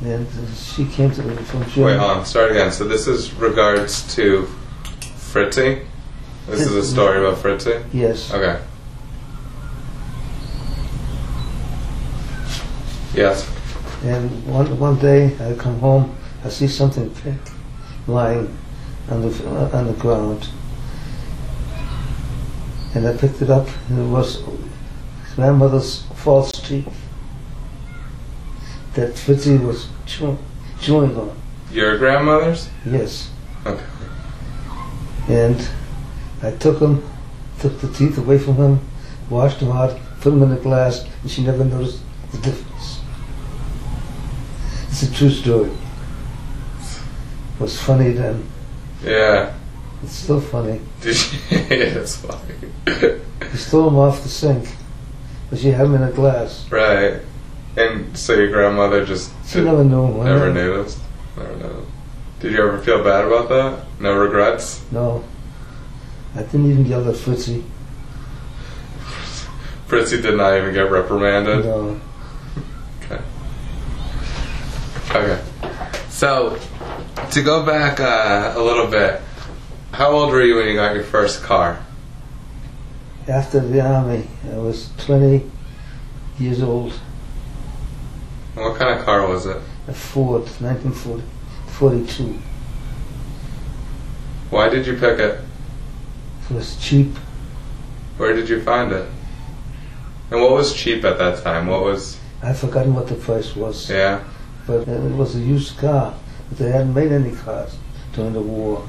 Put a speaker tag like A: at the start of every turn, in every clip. A: And uh, she came to me from
B: Wait,
A: Germany.
B: hold on. Start again. So this is regards to Fritzi. This is a story about Fritzi.
A: Yes.
B: Okay. Yes.
A: And one one day I come home, I see something pink lying on the uh, on the ground, and I picked it up, and it was grandmother's false teeth that Fritzi was chew, chewing on.
B: Your grandmother's?
A: Yes.
B: Okay.
A: And I took them, took the teeth away from him, washed them out, put them in a glass, and she never noticed the difference. It's a true story. It was funny then.
B: Yeah.
A: It's still funny.
B: Did she? it's funny.
A: He stole them off the sink, but she had them in a glass.
B: right. And so your grandmother just
A: She
B: did,
A: never knew. I
B: never noticed? Never noticed. Did you ever feel bad about that? No regrets?
A: No. I didn't even yell at Fritzy.
B: Fritzy did not even get reprimanded?
A: No.
B: Okay. So, to go back uh, a little bit, how old were you when you got your first car?
A: After the army, I was 20 years old.
B: And what kind of car was it?
A: a Ford, 1940 42.
B: Why did you pick it?
A: It was cheap.
B: Where did you find it? And what was cheap at that time? What was
A: I've forgotten what the price was,
B: yeah?
A: but uh, it was a used car. But they hadn't made any cars during the war.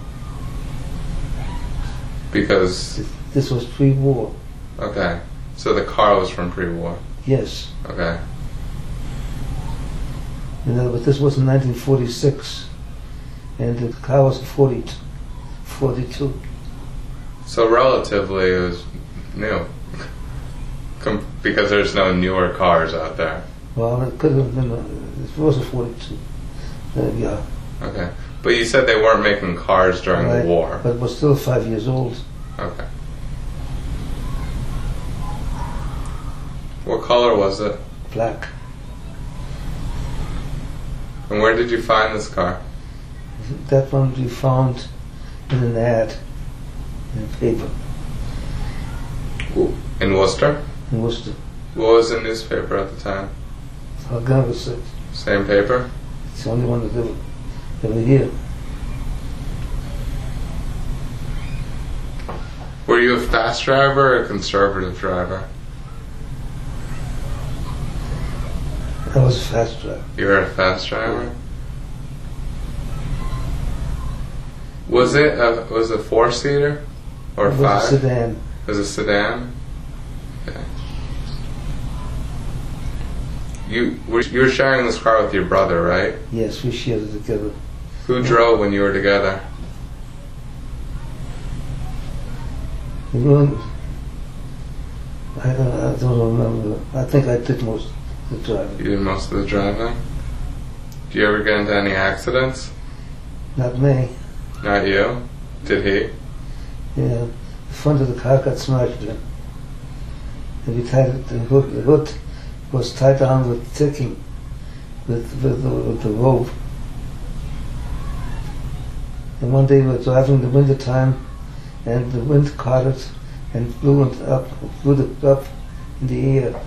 B: Because
A: Th- This was pre-war.
B: okay, so the car was from pre-war.
A: Yes,
B: Okay,
A: you know, but this was in 1946, and the car was 42. 42.
B: so relatively it was new. Com- because there's no newer cars out there.
A: Well, it could have been. uh, It was a 42. Uh, yeah,
B: Okay, but you said they weren't making cars during
A: Right.
B: the war.
A: but it was still five years old.
B: Okay. What color was it?
A: Black.
B: And where did you find this car?
A: That one we found in an ad in a paper
B: In Worcester?
A: in Worcester.
B: What was the newspaper at the time?
A: Our gun was uh,
B: Same paper?
A: It's the only one that ever, ever here.
B: Were you a fast driver or a conservative driver?
A: That was a fast track.
B: You were a fast driver? Was it a, was it a four seater or
A: it
B: five?
A: was a sedan.
B: It was a sedan? Okay. You were, you were sharing this car with your brother, right?
A: Yes, we shared it together.
B: Who drove when you were together?
A: You know, I don't, I don't remember. I think I did most of the driving.
B: You did most of the driving? Do you ever get into any accidents?
A: Not me.
B: Not you? Did he?
A: Yeah, the front of the car got smashed in. And we tied it, the hood, the hood was tied down with ticking, with, with, the, with the rope. And one day we were driving in the winter time, and the wind caught it and blew it up, blew it up in the air.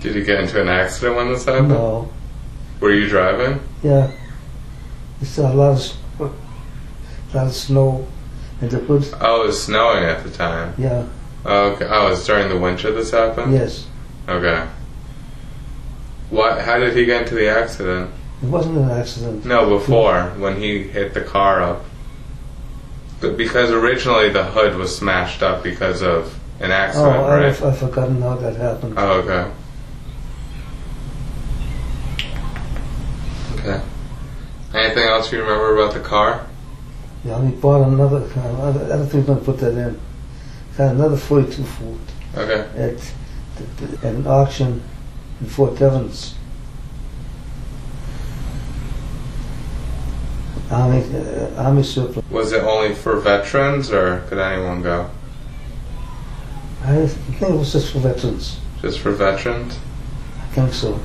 B: Did you get into an accident when this happened?
A: No,
B: Were you driving?
A: yeah, we saw a lot of, s- lot of snow, and the hood,
B: Oh, it was snowing at the time.
A: yeah,
B: Oh, okay. oh it's during the winter this happened?
A: yes.
B: Okay. What? How did he get into the accident?
A: It wasn't an accident.
B: No, before, when he hit the car up. But because originally the hood was smashed up because of an accident,
A: Oh,
B: right?
A: I've, I've forgotten how that happened.
B: Oh, okay. Okay. Anything else you remember about the car?
A: yeah, we bought another uh, car. I don't- I don't think we're going to put that in. Got another 42 Ford
B: Okay.
A: at, at an auction in Fort Devens. Army, uh, Army surplus.
B: Was it only for veterans or could anyone go?
A: I think it was just for veterans.
B: Just for veterans?
A: I think so.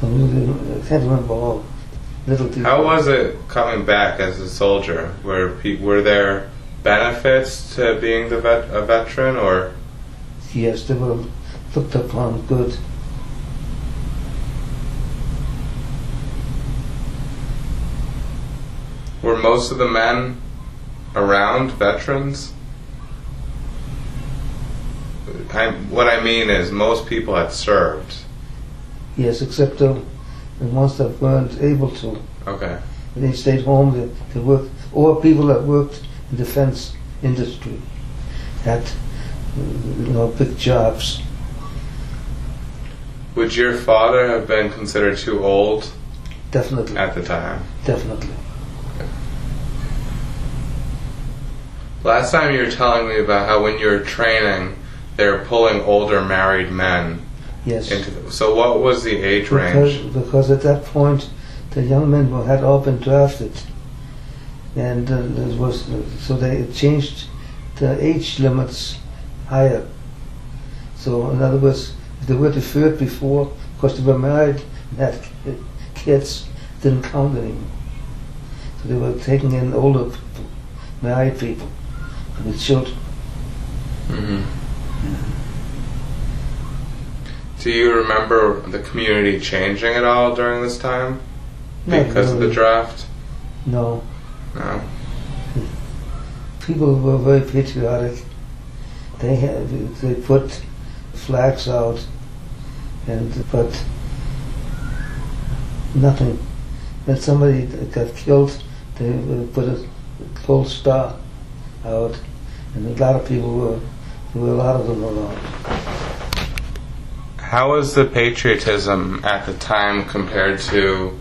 A: but we didn't, I can't remember all. Little detail.
B: How was it coming back as a soldier? Were pe- were there benefits to being the vet- a veteran, or
A: Yes, they were looked upon good.
B: were most of the men around veterans? I, what I mean is, most people had served.
A: Yes, except the, the ones that weren't able to.
B: Okay,
A: They stayed home to, to work, or people that worked in defense industry had uh, you know big jobs.
B: would your father have been considered too old
A: Definitely,
B: at the time?
A: definitely.
B: Last time you were telling me about how when you were training, they were pulling older married men
A: Yes,
B: into. The, so what was the age
A: because,
B: range?
A: because at that point the young men were, had all been drafted, and uh, it was so they changed the age limits higher. So in other words, if they were deferred before because they were married and had ki- kids, didn't count anymore. So they were taking in older people, married people, with children.
B: hmm Do you remember the community changing at all during this time
A: Not
B: because of the
A: really.
B: draft?
A: No.
B: No.
A: people were very patriotic. They had, they put flags out, and but nothing. When somebody got killed, they uh, put a gold star out, and a lot of people were there were a lot of them around.
B: How was the patriotism at the time compared to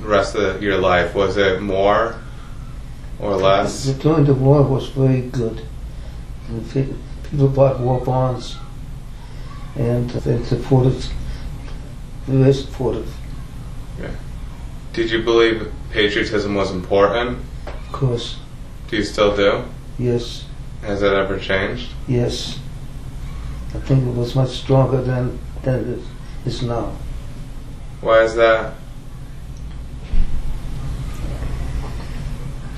B: the rest of your life? Was it more or less?
A: During the war was very good. The pe- People bought war bonds, and they supported. Very supportive,
B: Did you believe patriotism was important?
A: of course.
B: Do you still do?
A: Yes.
B: Has that ever changed?
A: Yes. I think it was much stronger than, than it is now.
B: Why is that?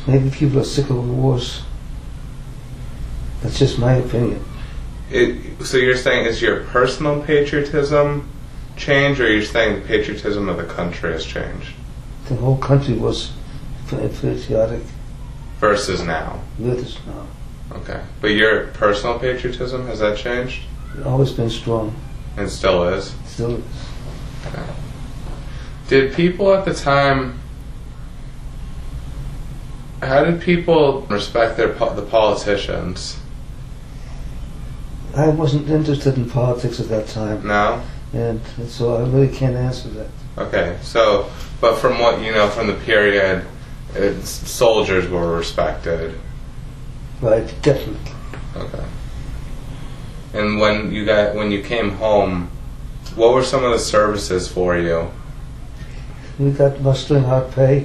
A: Maybe people are sick of wars. That's just my opinion.
B: It, so you're saying is your personal patriotism changed, or you're saying the patriotism of the country has changed
A: The whole country was pa- patriotic
B: versus now?
A: with us now.
B: Okay, but your personal patriotism has that changed
A: It's always been strong,
B: and still is.
A: still is.
B: Did people at the time? How did people respect their po- the politicians?
A: I wasn't interested in politics at that time,
B: No.
A: and so I really can't answer that.
B: Okay, so but from what you know from the period, it's, soldiers were respected.
A: Right, definitely.
B: Okay. And when you got when you came home, what were some of the services for you?
A: We got mustering out pay,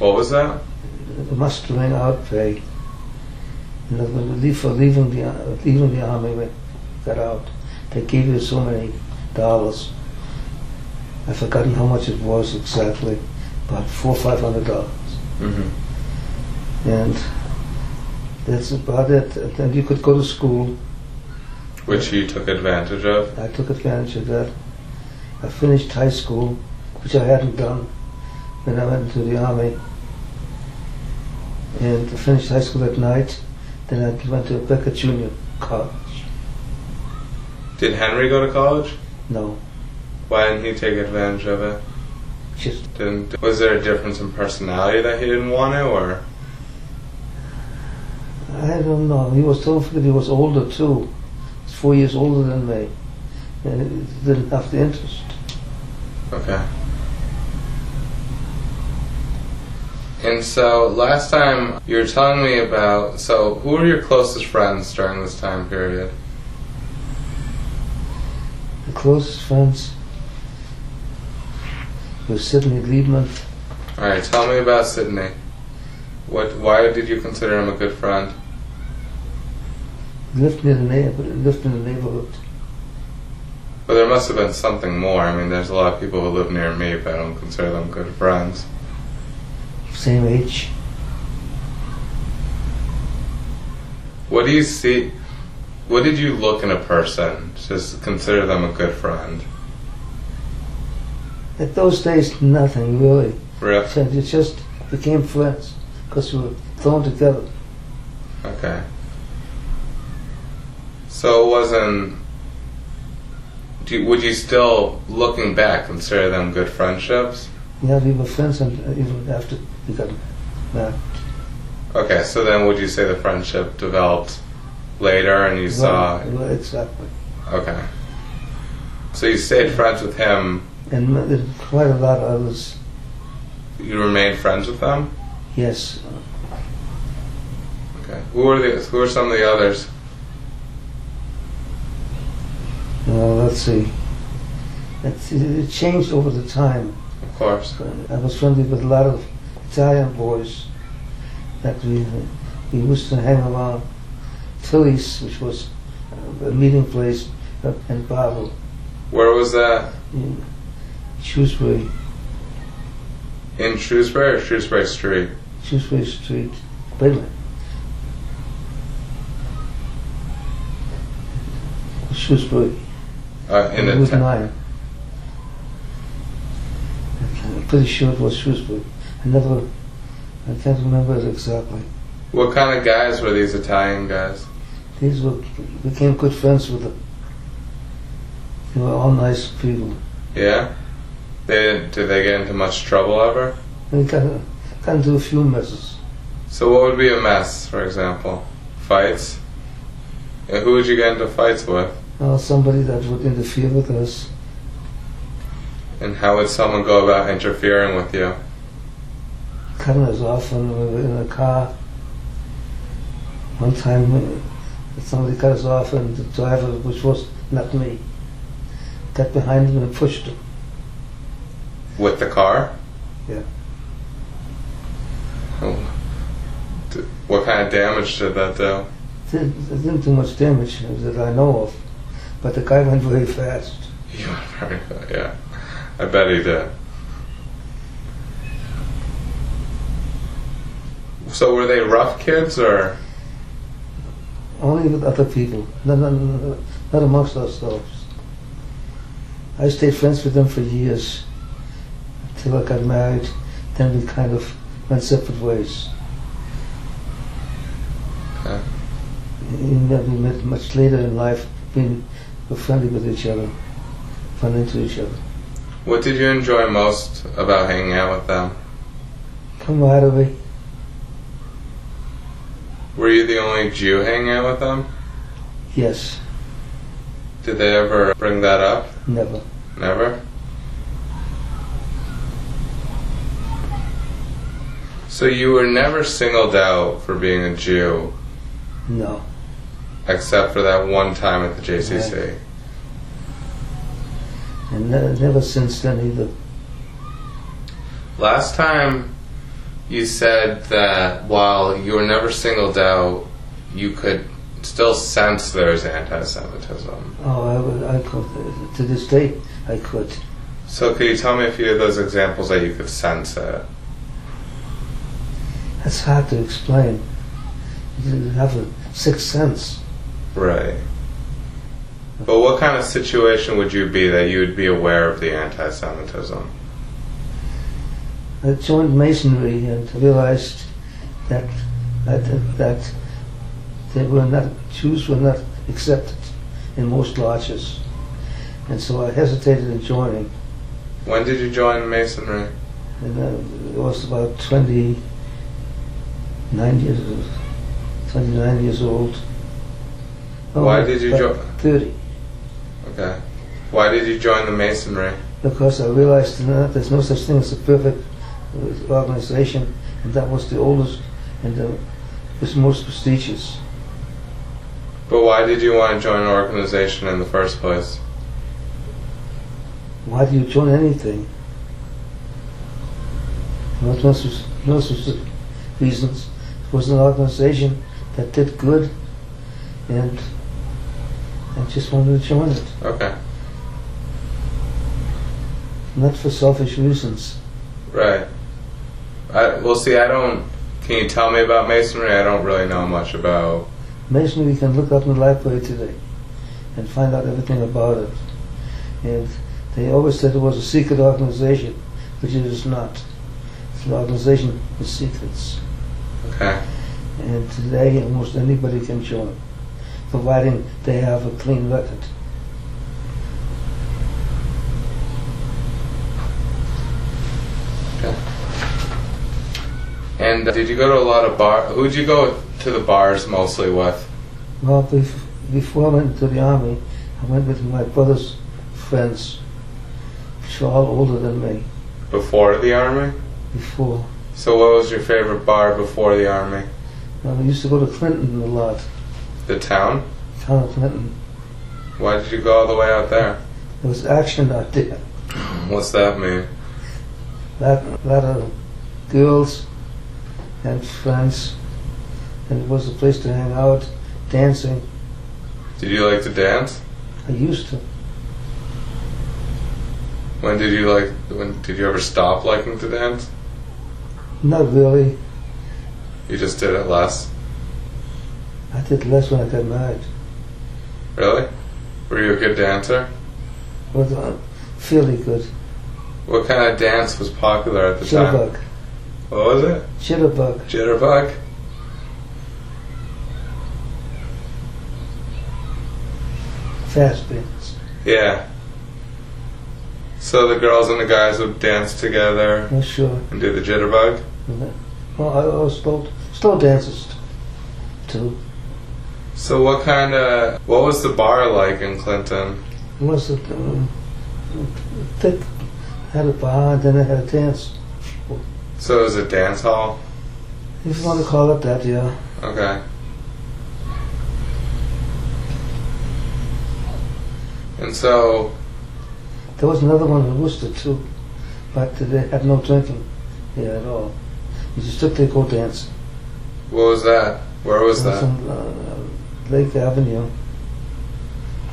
B: What was that?
A: mustering out pay. And then when we leave for leaving the leaving the army, we got out. They gave you so many dollars. I've forgotten how much it was exactly, about four five hundred dollars,
B: Mm-hmm.
A: and that's about it. And then you could go to school.
B: Which you took advantage of.
A: I took advantage of that. I finished high school, which I hadn't done when I went into the army. And I finished high school at night. Then I went to Becker Junior College.
B: Did Henry go to college?
A: No,
B: Why didn't he take advantage of it?
A: just
B: Didn't was there a difference in personality that he didn't want to, or
A: I don't know. He was told that he was older too. He's four years older than me, and he didn't have the interest.
B: okay? And so last time you were telling me about so who were your closest friends during this time period?
A: The closest friends were Sidney Liebman.
B: All right, tell me about Sydney. What? Why did you consider him a good friend?
A: Lived in the neighborhood. Lived in the neighborhood.
B: But there must have been something more. I mean, there's a lot of people who live near me, but I don't consider them good friends.
A: same age.
B: What do you see? What did you look in a person to consider them a good friend?
A: At those days, nothing really.
B: Really?
A: So it just became friends because we were thrown together.
B: Okay. So it wasn't. Do you, would you still, looking back, consider them good friendships?
A: Yeah, we were friends, and uh, even after we got married.
B: Okay, so then would you say the friendship developed later and you saw.
A: Well, well, exactly.
B: Okay. So you stayed friends with him,
A: And m- there's quite a lot of others.
B: you remained friends with them?
A: Yes,
B: Okay. Who were, the, who were some of the others?
A: Well, let's see. It, it changed over the time.
B: Of course.
A: I was friendly with a lot of Italian boys that we we used to hang around Tilly's, which was uh, a meeting place up in Basel,
B: Where was that?
A: in Shrewsbury,
B: In Shrewsbury or Shrewsbury Street?
A: Shrewsbury Street, Brooklyn. Shrewsbury.
B: Uh, in
A: it
B: the
A: was
B: town.
A: nine. I'm pretty sure it was Shrewsbury. I never, I can't remember it exactly.
B: What kind of guys were these Italian guys?
A: These were became good friends with them. They were all nice people.
B: Yeah? They did they get into much trouble ever?
A: We got, got into a few messes.
B: So what would be a mess, for example? Fights? And who would you get into fights with?
A: Uh, somebody that would interfere with us.
B: And how would someone go about interfering with you?
A: cutting us off when we were in a car. One time, uh, somebody cut us off, and the driver, which was not me, got behind him and pushed him.
B: With the car?
A: Yeah.
B: Oh. D- What kind of damage did that do?
A: Didn't, it didn't do much damage that I know of, but the guy went very fast.
B: You were very good, yeah. I bet he did. So were they rough kids or
A: Only with other people, not, not, not- not amongst ourselves. I stayed friends with them for years until I got married. Then we kind of went separate ways.
B: Okay.
A: In that we met much later in life, being friendly with each other, friendly to each other.
B: what did you enjoy most about hanging out with them?
A: Camaraderie.
B: Were you the only Jew hanging out with them?
A: Yes,
B: Did they ever bring that up?
A: never.
B: Never? So you were never singled out for being a Jew
A: No.
B: except for that one time at the JCC.
A: And ne- never since then either.
B: Last time you said that while you were never singled out, you could still sense there was anti Semitism.
A: Oh, I, would- I could. To this day, I could.
B: So, could you tell me a few of those examples that you could sense it?
A: That's hard to explain. You didn't have a sixth sense.
B: Right. But what kind of situation would you be that you would be aware of the anti Semitism?
A: I joined Masonry and realized that that, that they were not Jews were not accepted in most lodges, and so I hesitated in joining.
B: When did you join Masonry?
A: And uh, it was about 29 years old. 29 years old. Oh,
B: Why did you
A: about
B: join?
A: 30.
B: Okay. Why did you join the Masonry?
A: because I realized that there's no such thing as a perfect uh, organization, and that was the oldest and the was most prestigious.
B: But why did you want to join an organization in the first place?
A: Why do you join anything? Not no sus- no specific reasons. It was an organization that did good, and I just wanted to join it.
B: Okay.
A: not for selfish reasons.
B: Right. I, well, see, I don't. Can you tell me about masonry? I don't really know much about.
A: Masonry, you can look up in the library today and find out everything about it. And they always said it was a secret organization, which it is not. It's an organization with secrets.
B: Okay.
A: And today, almost anybody can join, providing they have a clean record.
B: And uh, did you go to a lot of bar? Who'd you go to the bars mostly with?
A: Well, bef- before I went into the army, I went with my brother's friends, which were all older than me.
B: Before the army?
A: Before,
B: So, what was your favorite bar before the army?
A: now, we used to go to Clinton a lot,
B: The town?
A: town of Clinton.
B: Why did you go all the way out there?
A: There was action out there.
B: What's that mean?
A: That lot of girls and friends, and it was a place to hang out, dancing.
B: Did you like to dance?
A: I used to.
B: When did you like? When did you ever stop liking to dance?
A: Not really.
B: You just did it less.
A: I did less when I got married.
B: Really? Were you a good dancer?
A: But uh, fairly good.
B: What kind of dance was popular at the time?
A: Jitterbug.
B: What was it?
A: Jitterbug.
B: Jitterbug.
A: Fast bands.
B: Yeah. So the girls and the guys would dance together
A: Not sure.
B: and do the jitterbug.
A: Well, I was slow, slow dances too.
B: So what kind of what was the bar like in Clinton?
A: It was a um, thick, had a bar and then I had a dance.
B: So it was a dance hall.
A: If you want to call it that, yeah.
B: Okay. And so
A: There was another one in Worcester too, but they had no drinking here at all. You just took their go dance.
B: what was that? Where was
A: It was
B: that?
A: on, uh, Lake Avenue.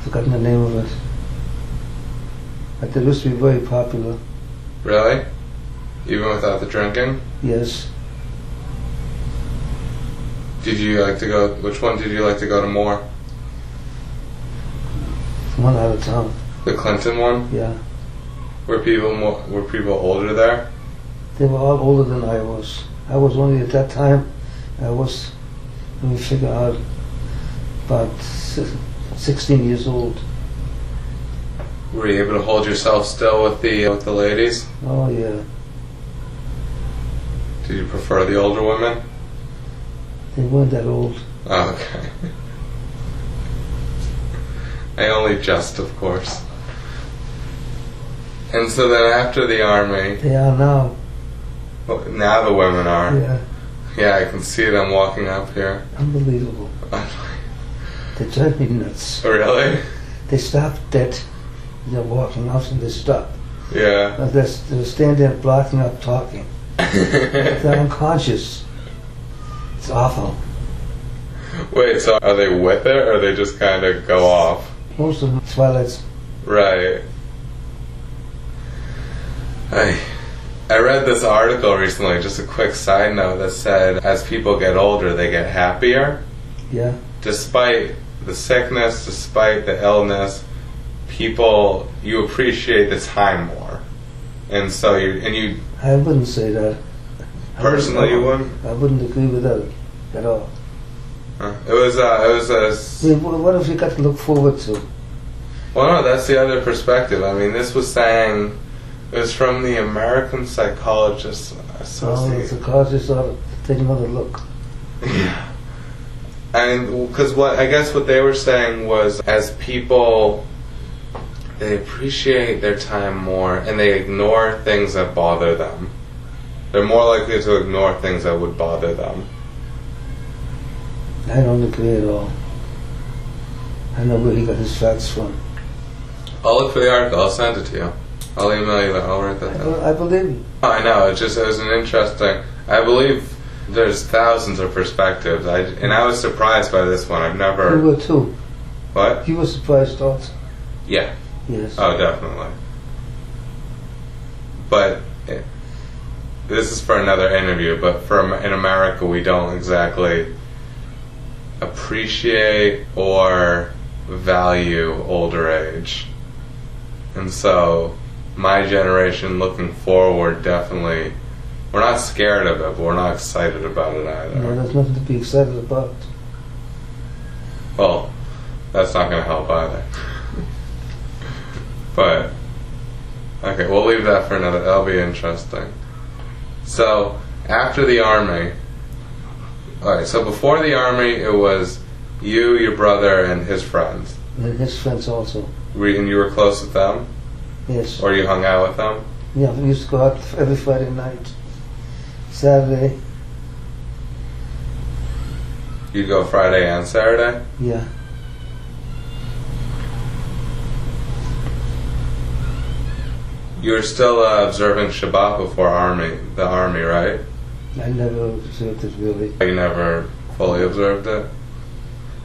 A: Forgotten the name of it. But it used to be very popular.
B: Really? Even without the drinking?
A: Yes,
B: Did you like to go? Which one did you like to go to more?
A: one out of town.
B: The Clinton one?
A: Yeah,
B: Were people more? Were people older there?
A: they were all older than I was. I was only at that time. I was, let me figure out, about si- sixteen years old.
B: Were you able to hold yourself still with the with the ladies?
A: Oh yeah,
B: Did you prefer the older women?
A: they weren't that old.
B: Oh, okay. I only just, of course. And so then after the army,
A: They are now.
B: well, now the women are.
A: Yeah,
B: Yeah, I can see them walking up here.
A: unbelievable. They drive me nuts.
B: Oh, really?
A: They stop dead. They're walking out and they stop.
B: Yeah.
A: Now They're, they're standing there blocking up talking. They're unconscious. It's awful.
B: Wait, so are they with it or they just kind of go off?
A: Most of them, Twilight's
B: Right. I, I read this article recently, just a quick side note that said as people get older, they get happier.
A: yeah,
B: Despite the sickness, despite the illness, people, you appreciate the time more. And so you, and you,
A: I wouldn't say that. I wouldn't-
B: personally, you wouldn't?
A: I wouldn't agree with that at all.
B: Uh, It was, uh, it was a. s-
A: I mean, wh- what have you got to look forward to?
B: Well, no, that's the other perspective. I mean, this was saying it was from the American Psychologists
A: Oh, it's
B: Association.
A: the cars just ought to take another look.
B: Yeah. And because what I guess what they were saying was, as people, they appreciate their time more, and they ignore things that bother them. They're more likely to ignore things that would bother them.
A: I don't agree at all. I know where he got his facts from.
B: I'll look for the article. I'll send it to you. I'll email you that. I'll write that
A: I,
B: down.
A: be- I believe you.
B: I know. It's just it was an interesting. I believe there's thousands of perspectives. I and I was surprised by this one. I've
A: You
B: never
A: were too.
B: what?
A: You were surprised also.
B: Yeah.
A: Yes.
B: Oh, definitely. but eh, this is for another interview. But from in America, we don't exactly appreciate or value older age, and so my generation looking forward definitely. We're not scared of it, but we're not excited about it either.
A: No, there's nothing to be excited about.
B: Well, that's not going to help either. but okay, we'll leave that for another. That'll be interesting. So after the army, all right. So before the army, it was you, your brother, and his friends.
A: And his friends also.
B: Were, and you were close with them,
A: Yes.
B: or you hung out with them.
A: Yeah, we used to go out every Friday night, Saturday.
B: You go Friday and Saturday.
A: Yeah.
B: You were still uh, observing Shabbat before army, the army, right?
A: I never observed it really.
B: You never fully observed it.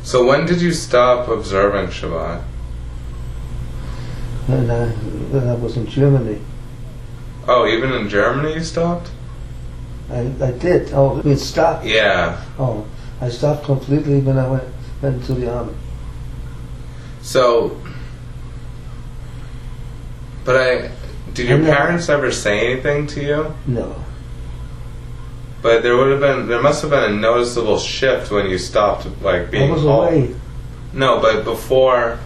B: So when did you stop observing Shabbat?
A: When I, when I was in Germany,
B: Oh, even in Germany you stopped?
A: I, I did. Oh, we stopped.
B: Yeah.
A: Oh, I stopped completely when I went, went to the army.
B: So, but I did your
A: I know.
B: parents ever say anything to you?
A: No.
B: But there would have been there must have been a noticeable shift when you stopped like being
A: I was
B: home.
A: away. Oh,
B: No, but before.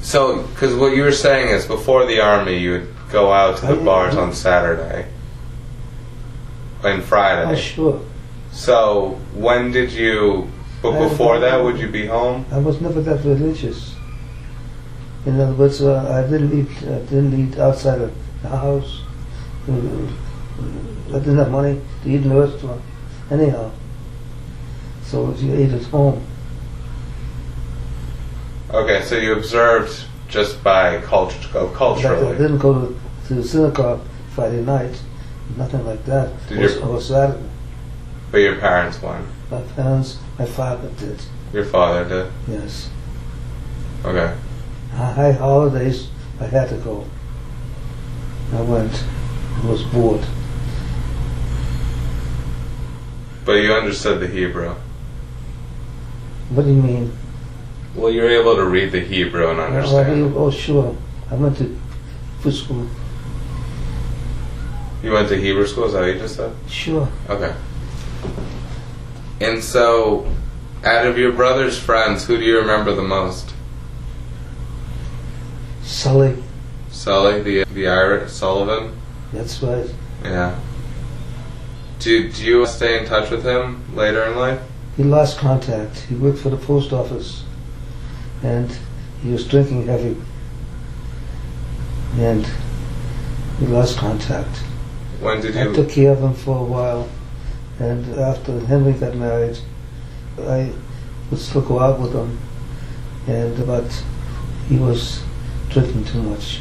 B: So, because what you were saying is before the army, you would go out to the
A: I-
B: bars on Saturday and Friday.
A: Oh, sure.
B: So when did you?
A: I
B: But
A: was
B: before
A: away.
B: that, would you be home?
A: I was never that religious. In other words, uh, I didn't eat. I didn't eat outside of the house. Uh, I didn't have money to eat in the restaurant, anyhow. So you ate at home.
B: Okay, so you observed just by culture, uh,
A: In fact, I
B: culturally.
A: didn't go to, to the synagogue Friday night. Nothing like that.
B: Did
A: Or s-
B: your-
A: or Saturday.
B: But your parents won.
A: My parents, my father did.
B: Your father did.
A: Yes.
B: Okay.
A: High holidays, I had to go. I went. I was bored.
B: But you understood the Hebrew.
A: What do you mean?
B: Well, you were able to read the Hebrew and
A: Oh,
B: understand.
A: oh, sure. I went to physical.
B: You went to Hebrew school, is that what you just said?
A: Sure.
B: Okay. And so, out of your brother's friends, who do you remember the most?
A: Sully.
B: Sully, the the Irish Sullivan.
A: That's right.
B: Yeah. Do do you stay in touch with him later in life?
A: He lost contact. He worked for the post office. And he was drinking heavy. And he lost contact.
B: When did
A: I
B: you?
A: took care of him for a while. And after Henry got married, I would still go out with him. And but he was drinking too much.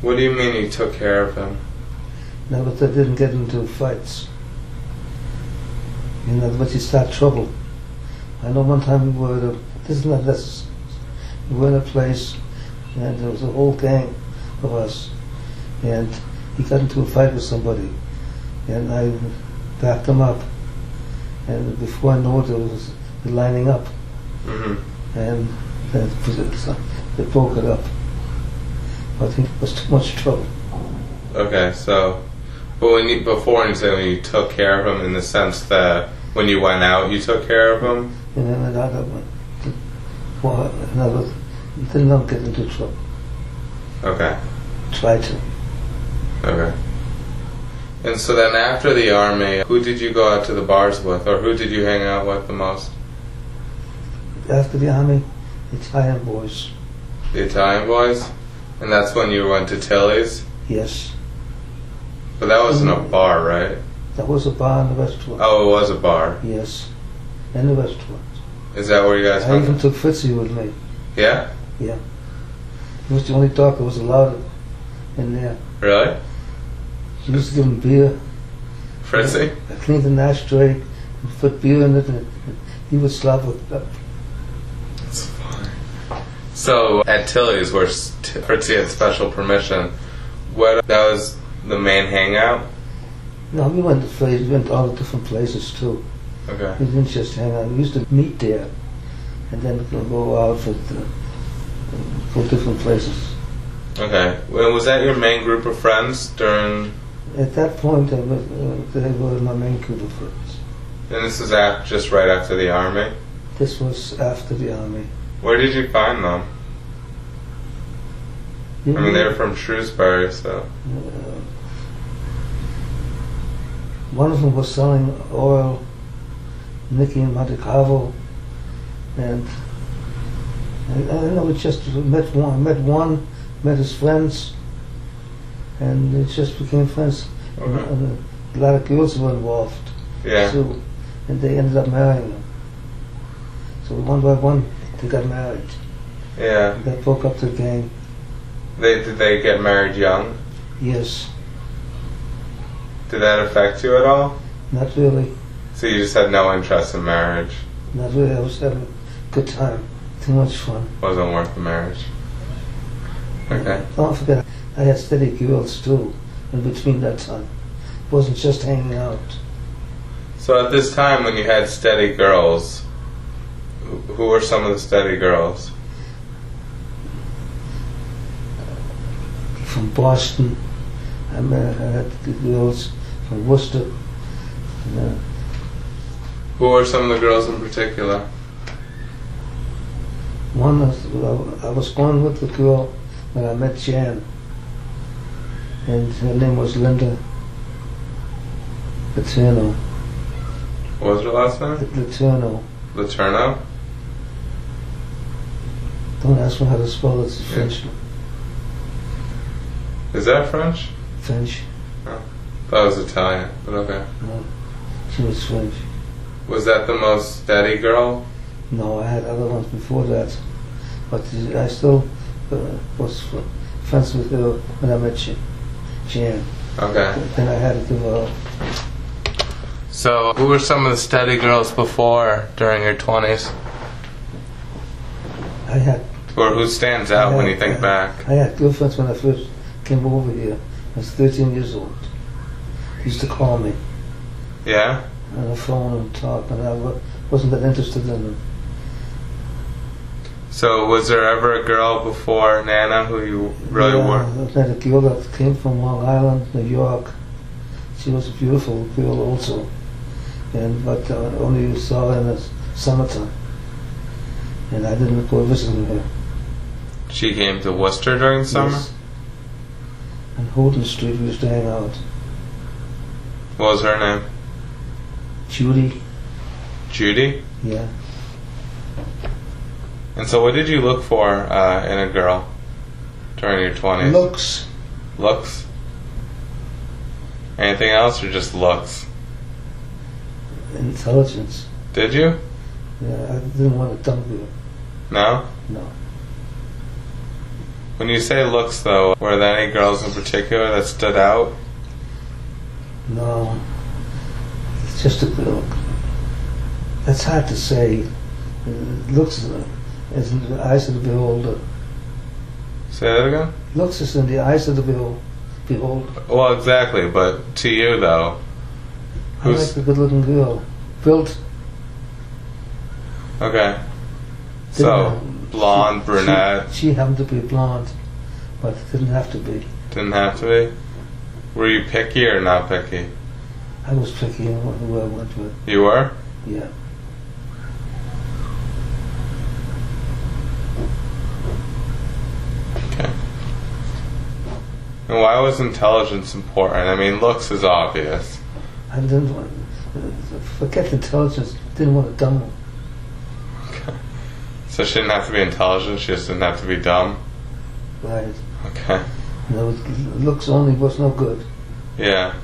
B: What do you mean you took care of him?
A: No, but they didn't get into fights. In other words, you start trouble. I know one time we were at a, this is not this, we were in a place and there was a whole gang of us and he got into a fight with somebody and I backed him up and before I know it, it was lining up
B: hmm
A: and then they broke it up. But it was too much trouble.
B: Okay, so, but when you before you said when you took care of him in the sense that when you went out, you took care of him.
A: and then another one. Well, another, did not get into trouble.
B: Okay,
A: Try to.
B: okay. And so then after the army, who did you go out to the bars with, or who did you hang out with the most?
A: After the army, Italian boys.
B: The Italian boys, and that's when you went to Tilly's.
A: Yes,
B: But that wasn't a bar, right?
A: that was a bar and a restaurant.
B: Oh, it was a bar.
A: Yes, and a restaurant.
B: Is that where you guys
A: I even
B: went?
A: took Fritzy with me.
B: Yeah.
A: He was the only dog that was allowed in there.
B: Really,
A: He used to give him beer.
B: Fritzy?
A: I cleaned an ashtray and put beer in it, and he would slap uh, it up.
B: It's fine. So at Tilly's, where s- T- Fritzy had special permission, what that was the main hangout?
A: No, we went to place, we went all the different places too.
B: Okay.
A: We didn't just hang out. We used to meet there, and then go- go out for the, for different places.
B: Okay. Well, was that your main group of friends during?
A: At that point, I was, uh, they were my main group of friends.
B: And this is af- just right after the army.
A: This was after the army.
B: Where did you find them?
A: You
B: I mean, they're from Shrewsbury, so.
A: Uh, one of them was selling oil, Nicky and Monte Carlo, and I, I don't know. We just met one, met one, met his friends, and it just became friends.
B: Okay.
A: And a lot of girls were involved
B: Yeah.
A: too, and they ended up marrying him. So one by one, they got married.
B: Yeah.
A: They broke up the gang.
B: They did they get married young?
A: Yes,
B: Did that affect you at all?
A: not really.
B: So you just had no interest in marriage.
A: Not really. I was having a good time. Too much fun.
B: Wasn't worth the marriage. Okay.
A: Don't forget, I had steady girls too in between that time. It wasn't just hanging out.
B: So at this time, when you had steady girls, wh- who were some of the steady girls?
A: From Boston, I met I had good girls from Worcester. Uh,
B: Who were some of the girls in particular?
A: one was, I was going with the girl when I met Jan, and her name was Linda Letourneau.
B: What was her last name?
A: Letourneau.
B: Letourneau?
A: Don't ask me how to spell it. It's
B: Yeah.
A: French.
B: Is that French?
A: French.
B: That was Italian, but okay.
A: No, she was French.
B: Was that the most steady girl?
A: No, I had other ones before that, but I still uh, was fr- friends with her when I met Jan. Jan.
B: Okay.
A: Then I had uh, a girl.
B: So, who were some of the steady girls before, during your 20s?
A: I had
B: Or who stands out when you think back?
A: I had good friends when I first came over here. I was 13 years old. They used to call me
B: Yeah?
A: on the phone and talk, and I wa- wasn't that interested in them.
B: So, was there ever a girl before Nana who you really were?
A: yeah, I had a girl that came from Long Island, New York. She was a beautiful girl also, and but uh, only you saw her in the summertime. And I didn't go visiting her.
B: She came to Worcester during the summer?
A: Yes. On Houghton Street, we used to hang out.
B: What was her name?
A: Judy,
B: Judy?
A: yeah.
B: And so, what did you look for uh, in a girl during your 20s?
A: Looks,
B: Looks? Anything else or just looks?
A: intelligence.
B: Did you?
A: Yeah, I didn't want a dumb girl.
B: No?
A: No.
B: When you say looks, though, were there any girls in particular that stood out?
A: No, it's just a look. That's hard to say. It looks uh, is in the eyes of the beholder.
B: Say that again?
A: Looks is in the eyes of the behol- beholder.
B: Well, exactly, but to you, though.
A: I like
B: Who's.
A: the good-looking girl. Built.
B: Okay.
A: didn't
B: So,
A: have-
B: blonde, brunette,
A: She, she happened to be blonde, but it didn't have to be.
B: didn't have to be? Were you picky or not picky?
A: I was picky on wh- who I went with.
B: You were?
A: Yeah.
B: And why was intelligence important? I mean, looks is obvious.
A: I didn't want. uh, Forget intelligence. Didn't want a dumb one.
B: So she didn't have to be intelligent, she just didn't have to be dumb.
A: Right.
B: Okay.
A: You know, looks only was no good.
B: Yeah.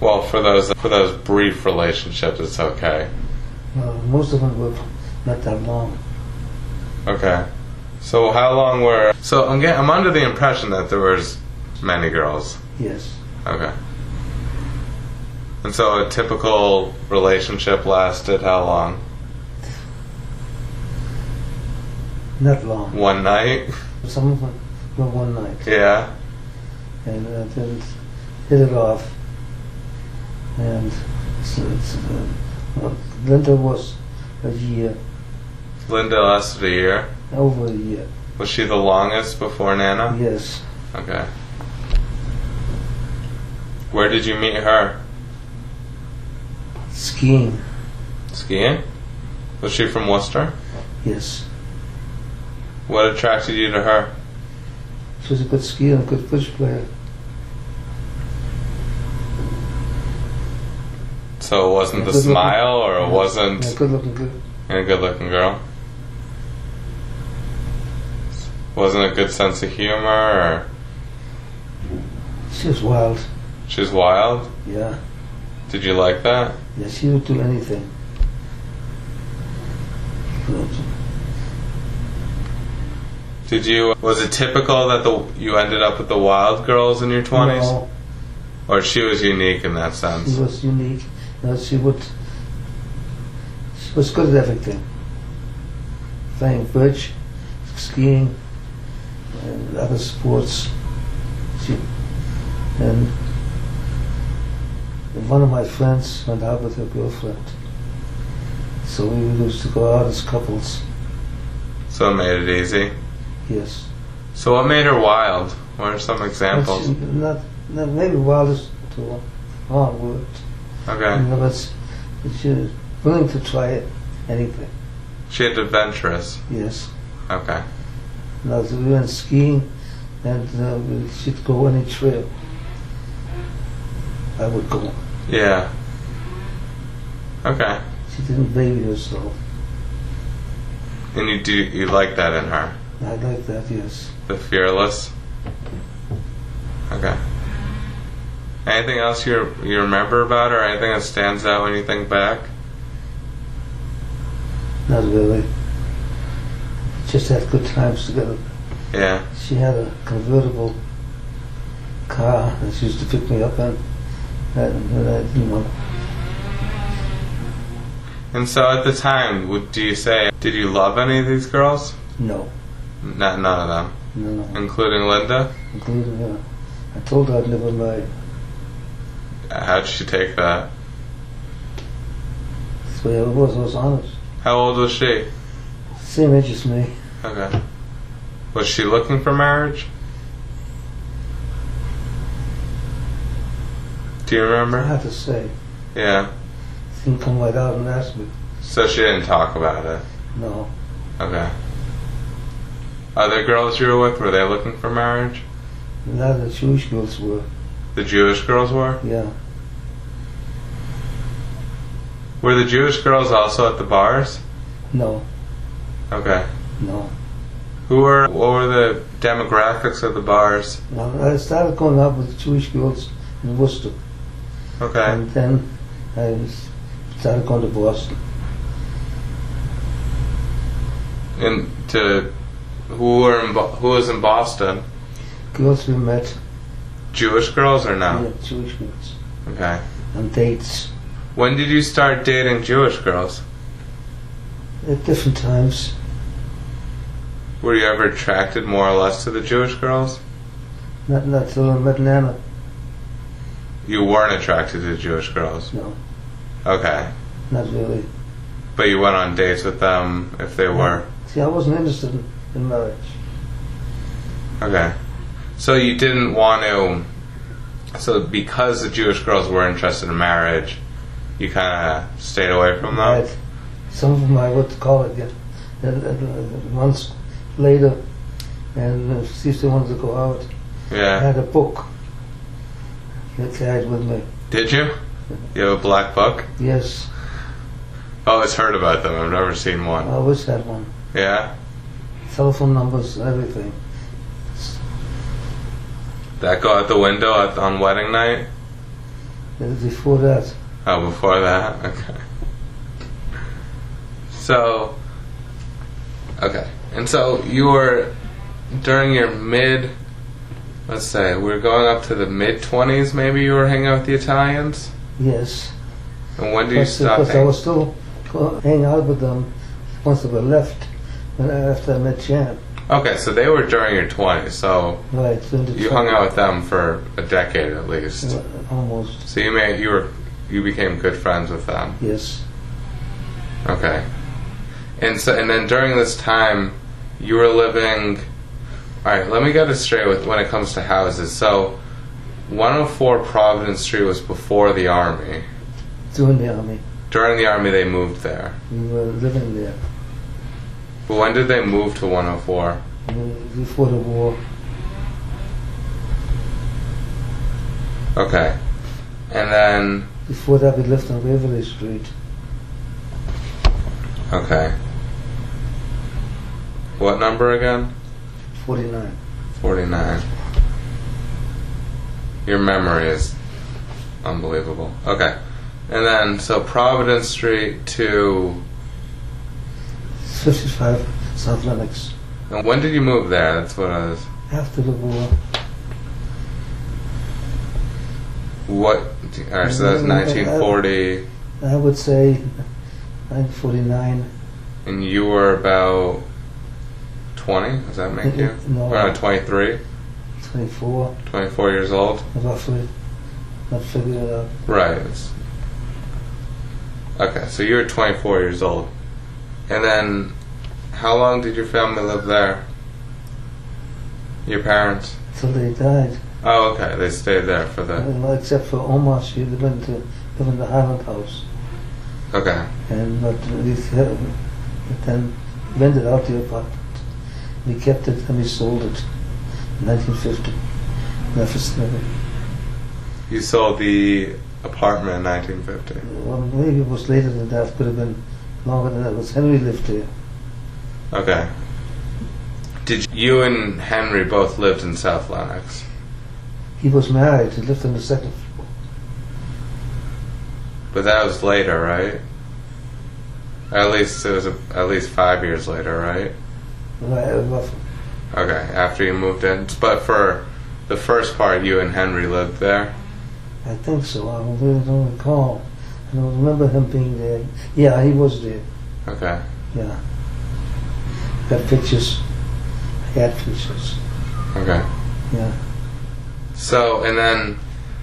B: Well, for those for those brief relationships, it's okay.
A: Well, most of them were not that long.
B: Okay. So how long were? So I'm get, I'm under the impression that there was many girls.
A: Yes.
B: Okay. And so a typical relationship lasted how long?
A: Not long.
B: One night.
A: Some of them were one night.
B: Yeah.
A: and uh, then it's hit it off. And so it's, uh, well, Linda was a year,
B: Linda lasted a year.
A: over a year.
B: Was she the longest before Nana?
A: Yes,
B: Okay. Where did you meet her?
A: skiing.
B: Skiing? Was she from Worcester?
A: Yes,
B: What attracted you to her?
A: she was a good skier, and good push player.
B: So it wasn't the
A: Good looking-
B: smile, or it wasn't
A: Yeah, good looking girl.
B: and a good-looking girl. Wasn't a good sense of humor, or
A: She was wild.
B: she's wild.
A: Yeah,
B: Did you like that?
A: yeah, she would do anything. But
B: Did you? Was it typical that the you ended up with the wild girls in your twenties,
A: no, Mm-hmm.
B: or she was unique in that
A: she
B: sense?
A: was unique. Now she would. She was good at everything. Playing bridge, skiing, and other sports. She and one of my friends went out with her girlfriend. So we used to go out as couples.
B: So it made it easy.
A: Yes.
B: So what made her wild? What are some
A: Not-
B: examples?
A: Not, not maybe wild is too hard word.
B: Okay,
A: Oh, You know, it's, it's you're willing to try it, anything.
B: she had adventurous.
A: Yes.
B: Okay,
A: Now so we went skiing, and uh, we- she'd go any trail. I would go.
B: yeah. Okay,
A: She didn't baby herself.
B: and you do you like that in her?
A: I like that. Yes.
B: The Fearless. Okay. Anything else you you remember about her? Anything that stands out when you think back?
A: Not really. Just had good times together.
B: Yeah.
A: She had a convertible car that she used to pick me up in. And, and I, you know,
B: And so at the time, would do you say did you love any of these girls?
A: no,
B: Not none of them,
A: no, no.
B: including Linda.
A: including her. I told her I'd never lie.
B: How'd she take that?
A: That's the way I was. I was honest.
B: How old was she?
A: Same age as me.
B: Okay. Was she looking for marriage? Do you
A: I
B: remember?
A: had to say.
B: Yeah.
A: She didn't come right out and ask me.
B: So she didn't talk about it.
A: No,
B: Okay. Other girls you were with, were they looking for marriage?
A: not the Jewish girls were.
B: The Jewish girls were?
A: Yeah,
B: Were the Jewish girls also at the bars?
A: no,
B: Okay.
A: no.
B: Who were, what were the demographics of the bars?
A: Now, I started going out with Jewish girls in Worcester,
B: Okay.
A: and then I was- started going to Boston.
B: And to, who were in, Bo- who was in Boston?
A: Girls we met,
B: Jewish girls or no?
A: yeah, Jewish girls,
B: Okay.
A: on dates
B: When did you start dating Jewish girls?
A: at different times.
B: Were you ever attracted more or less to the Jewish girls?
A: Not not till I met Nana.
B: You weren't attracted to Jewish girls.
A: No,
B: Okay.
A: not really.
B: But you went on dates with them if they were.
A: See, I wasn't interested in, in marriage.
B: Okay. So you didn't want to. So because the Jewish girls were interested in marriage, you kind of stayed away from them?
A: Right. Some of them I went to college yeah, and, and, uh, months later and uh, see if they wanted to go out. I
B: Yeah.
A: had a book that I had with me.
B: Did you? You have a black book?
A: Yes,
B: I always heard about them. I've never seen
A: I
B: one.
A: always had one.
B: Yeah?
A: Telephone numbers, everything.
B: That go out the window at, on wedding night?
A: And Before that,
B: Oh, before that? Okay. So, okay. And so you were, during your mid, let's say, we are going up to the mid 20s, maybe you were hanging out with the Italians?
A: yes.
B: And when do you eh?
A: Because-
B: stop
A: because I
B: hanging?
A: was still go- hanging out with them once they were left when, after I met Jan.
B: Okay, so they were during your 20s, so
A: Right. In the
B: you hung out with them for a decade at least.
A: Uh, Almost.
B: So you made you were you became good friends with them.
A: Yes.
B: Okay. And so and then during this time you were living All right, let me get this straight with when it comes to houses. So 104 Providence Street was before the army.
A: During the army,
B: During the army they moved there.
A: we were living there
B: But when did they move to 104?
A: We- before the war.
B: Okay. And then
A: Before that, we lived on Waverly Street.
B: okay. What number again?
A: 49.
B: 49. Your memory is unbelievable. Okay. And then, so Providence Street to.
A: 55 South Lennox.
B: and When did you move there? That's what I was.
A: After the war.
B: What. Alright, so that's 1940,
A: I would say 1949.
B: and you were about 20? Does that make you?
A: No.
B: Around 23?
A: 24,
B: 24 years old?
A: roughly. I figured it out.
B: Right. it's- Okay, so you were 24 years old. And then, how long did your family live there? Your parents?
A: Till they died.
B: Oh, okay, they stayed there for the.
A: Uh, Except for Omar, she lived in the, lived in the Highland House.
B: Okay,
A: And but we kept, uh, then rented out the apartment. We kept it and we sold it in 1950. Memphis,
B: you sold the apartment in 1950.
A: well, maybe it was later than that, could have been longer than that, was Henry lived there.
B: Okay. Did you and Henry both lived in South Lenox?
A: He was married, he lived on the second floor.
B: But that was later, right? At least it was a, at least five years later, right?
A: Right, roughly.
B: Okay, after you moved in. But for the first part, you and Henry lived there?
A: I think so, I really don't recall. I don't remember him being there. Yeah, he was there,
B: Okay.
A: yeah. Got pictures, I had pictures,
B: Okay.
A: yeah.
B: So, and then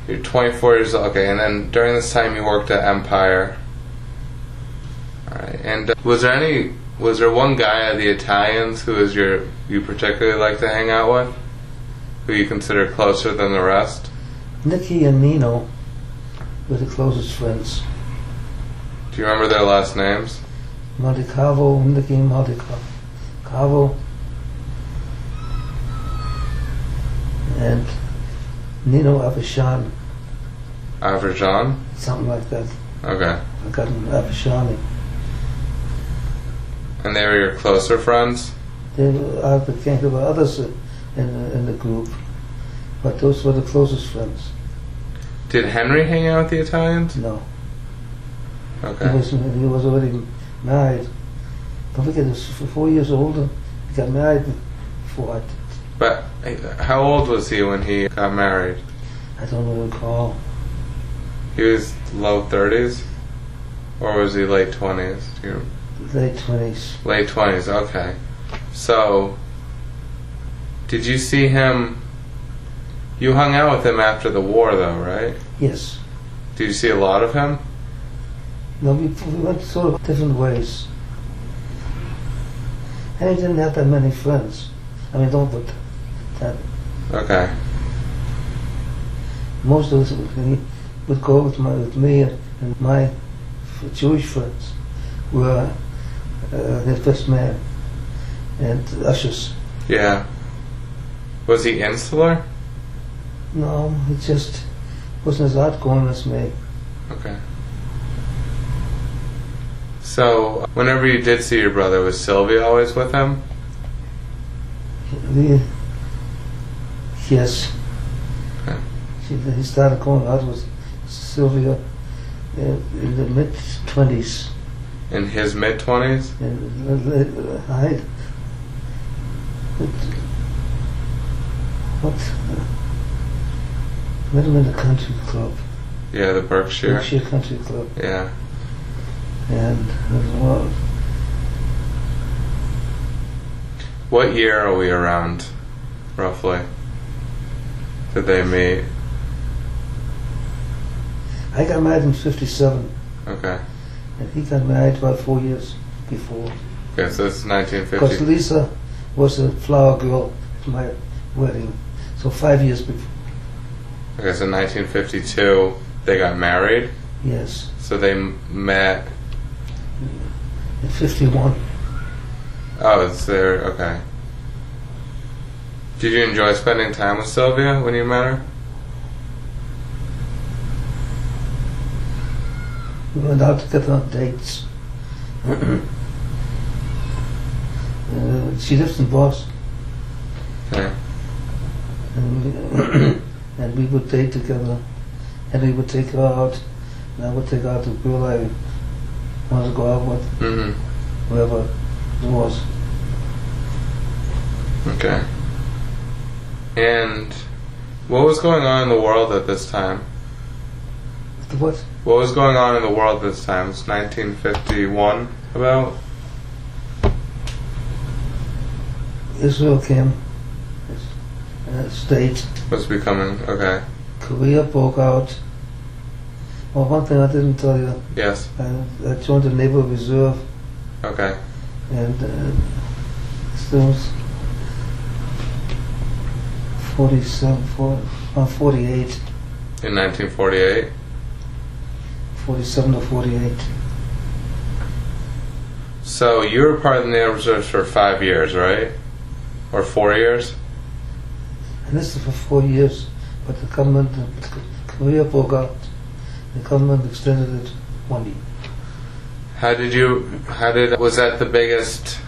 B: you're 24 years old. Okay, and then during this time, you worked at Empire. Alright, and uh, was there any. Was there one guy of the Italians who is your you particularly like to hang out with, who you consider closer than the rest?
A: Nicky and Nino were the closest friends.
B: Do you remember their last names?
A: Monte Cavo, Nicky Monte Ca- Cavo. And Nino Abishan,
B: Averjan.
A: something like that.
B: Okay,
A: I got him Abishani.
B: and they were your closer friends.
A: There were- I think there were others in, in the group, but those were the closest friends.
B: Did Henry hang out with the Italians?
A: No,
B: Okay.
A: he was he was already married. Don't forget, he was four years older. He got married before I
B: But uh, how old was he when he got married?
A: I don't recall.
B: He was low 30s? Or was he late 20s? Do you-
A: Late twenties.
B: Late 20s, okay. So, did you see him? You hung out with him after the war, though, right?
A: Yes.
B: Did you see a lot of him?
A: No, we, we went sort of different ways. And he didn't have that many friends. I mean, don't put that.
B: Okay,
A: Most of us would, he would go with, my, with me and, and my f- Jewish friends were uh, his best man and ushers.
B: yeah. Was he insular?
A: No, he just wasn't as outgoing as me.
B: Okay. So, whenever you did see your brother, was Sylvia always with him?
A: The, yes.
B: Okay.
A: She, he started going out with Sylvia uh, in the mid 20s.
B: In his mid 20s?
A: And uh, uh, I. It, what? Met him in the country club,
B: Yeah, the Berkshire.
A: Berkshire Country Club,
B: Yeah.
A: and uh, well,
B: What year are we around, roughly? Did they meet?
A: I got married in 57,
B: Okay.
A: and he got married about four years before.
B: Okay, so it's
A: Because
B: 1950.
A: Lisa was a flower girl at my wedding, so five years before.
B: Okay, so 1952 they got married.
A: Yes,
B: So they m- met.
A: in 51.
B: Oh, it's there. Okay. Did you enjoy spending time with Sylvia when you met her?
A: We went out to get on dates. uh, she lives in Boston,
B: Okay.
A: and we, and we would date together. And he would take her out, and I would take her out to a girl I wanted to go out with,
B: hmm
A: whoever it was.
B: Okay. And what was going on in the world at this time?
A: What?
B: What was going on in the world this time? It's 1951, about?
A: Israel came, uh, state,
B: What's becoming? Okay.
A: Korea broke out. Well, one thing I didn't tell you,
B: Yes.
A: I, I joined the Naval Reserve
B: Okay.
A: and uh, students 47, 40, uh, 48,
B: In 1948.
A: 47 to 48.
B: So you were part of the Naval Reserves for five years, right? Or four years?
A: And this is for four years, but the government, Korea broke out. The government extended it one year.
B: How did you? How did? Was that the biggest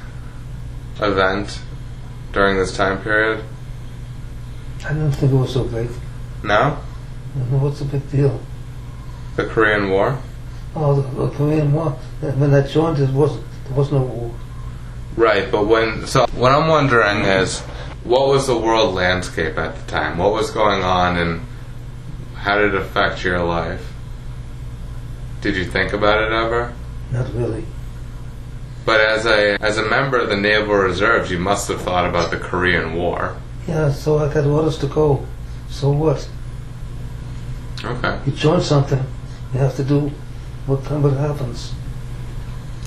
B: event during this time period?
A: I didn't think it was so big.
B: No,
A: I don't know What's the big deal?
B: the Korean War.
A: Oh, the, the Korean War. When I joined, it was there was no war.
B: Right, but when so what I'm wondering is what was the world landscape at the time? What was going on and how did it affect your life? Did you think about it ever?
A: Not really.
B: But as a as a member of the Naval Reserves, you must have thought about the Korean War.
A: Yeah, so I got orders to go. So what?
B: Okay.
A: You join something, you have to do what what happens.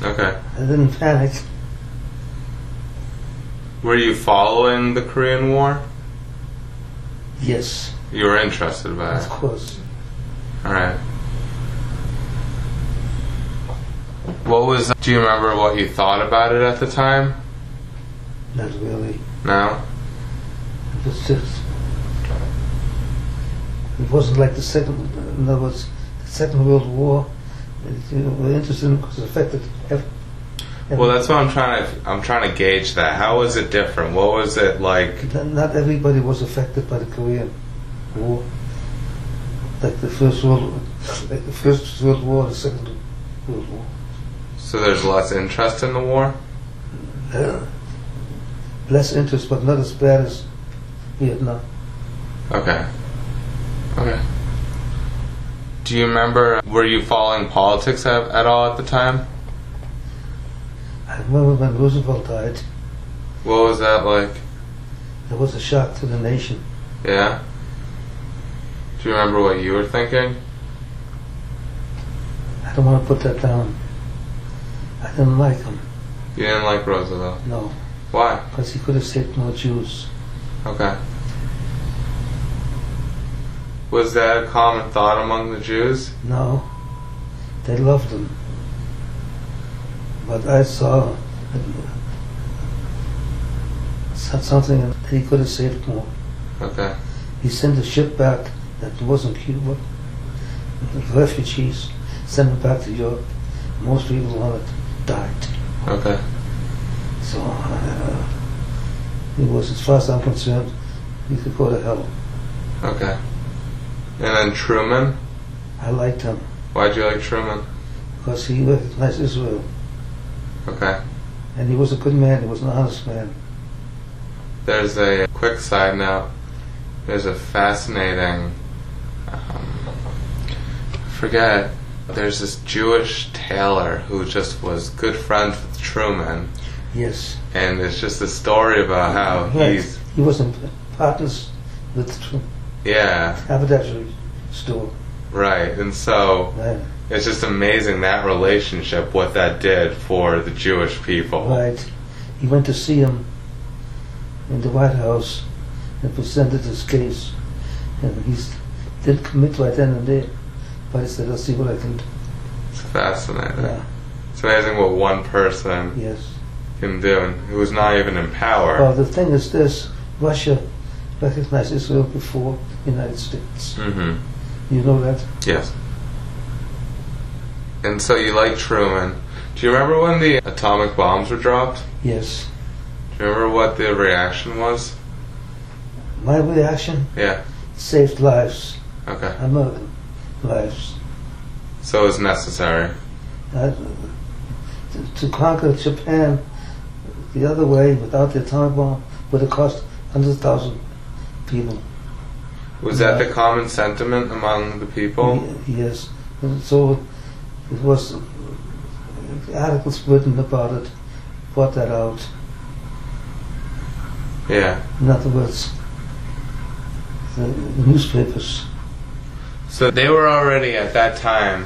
B: Okay.
A: I didn't panic.
B: Were you following the Korean War?
A: Yes,
B: You were interested by
A: of
B: it.
A: course.
B: All right. What was Do you remember what you thought about it at the time?
A: Not really.
B: No.
A: It was just. It wasn't like the second. In other words, the Second World War. It, you know, we're interested because it affected. Every,
B: Well, that's what I'm trying to. I'm trying to gauge that. How was it different? What was it like?
A: Not- Not everybody was affected by the Korean War, like the First World, like the First World War, the Second World War.
B: So there's less interest in the war.
A: Uh, less interest, but not as bad as Vietnam.
B: Okay. Okay. Do you remember? Were you following politics at, at all at the time?
A: I remember when Roosevelt died,
B: What was that like?
A: it was a shock to the nation.
B: Yeah. Do you remember what you were thinking?
A: I don't want to put that down. I didn't like him,
B: You didn't like Roosevelt.
A: no,
B: Why?
A: because he could have saved more Jews.
B: Okay. Was that a common thought among the Jews?
A: No, they loved him. But I saw saw something that he could have saved more.
B: Okay.
A: He sent a ship back that wasn't Cuba. The refugees sent them back to Europe. Most people on it died.
B: Okay.
A: So uh, it was, as far as I'm concerned, he could go to hell.
B: Okay. And then Truman.
A: I liked him
B: Why'd you like Truman?
A: because he recognized Israel,
B: Okay.
A: and he was a good man. He was an honest man.
B: There's a quick side note. There's a fascinating. Um, I forget. There's this Jewish tailor who just was good friends with Truman,
A: Yes.
B: and it's just a story about how
A: Right.
B: he's
A: He was in partners with tr-
B: yeah
A: advertising store.
B: right and so
A: Right.
B: it's just amazing that relationship what that did for the jewish people
A: right. He went to see him in the White House and presented his case. And he did commit right then and there. But I said, I'll see what I can do.
B: it's fascinating
A: Yeah.
B: it's amazing what one person
A: Yes.
B: can do and who's not even in power
A: Well, the thing is this Russia recognized Israel before the United States.
B: hmm
A: You know that?
B: yes and so you like truman do you remember when the atomic bombs were dropped
A: Yes.
B: do you remember what the reaction was
A: My reaction
B: yeah
A: saved lives,
B: okay
A: American lives.
B: so it was necessary
A: Uh, to- to conquer Japan the other way without the atomic bomb would have cost 100,000 people.
B: was that the common sentiment among the people
A: Y- Yes. And so it was articles written about it, brought that out.
B: yeah.
A: In other words, the newspapers.
B: So they were already at that time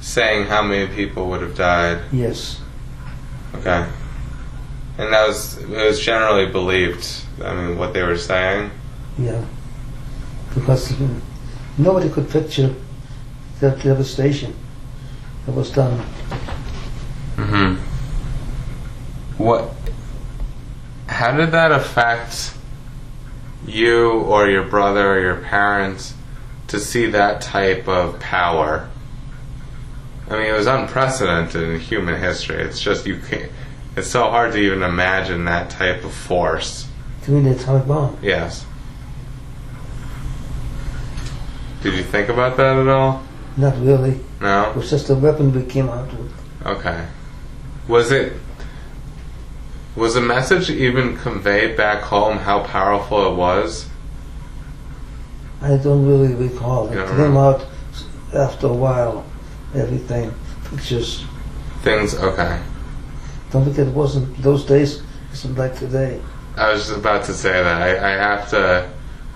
B: saying how many people would have died.
A: Yes.
B: Okay. And that was it was generally believed. I mean, what they were saying.
A: Yeah, because nobody could picture that devastation that was done.
B: Mm-hmm. What? How did that affect you or your brother or your parents to see that type of power? I mean, it was unprecedented in human history. It's just you can't. It's so hard to even imagine that type of force.
A: You mean the atomic bomb?
B: Yes. Did you think about that at all?
A: Not really. It
B: No?
A: was just a weapon we came out with.
B: Okay. Was it was the message even conveyed back home how powerful it was?
A: I don't really recall. It
B: Yeah,
A: came out s- after a while, everything, pictures.
B: Things okay.
A: Don't forget, it wasn't those days. Isn't like today.
B: I was just about to say that. I, I have to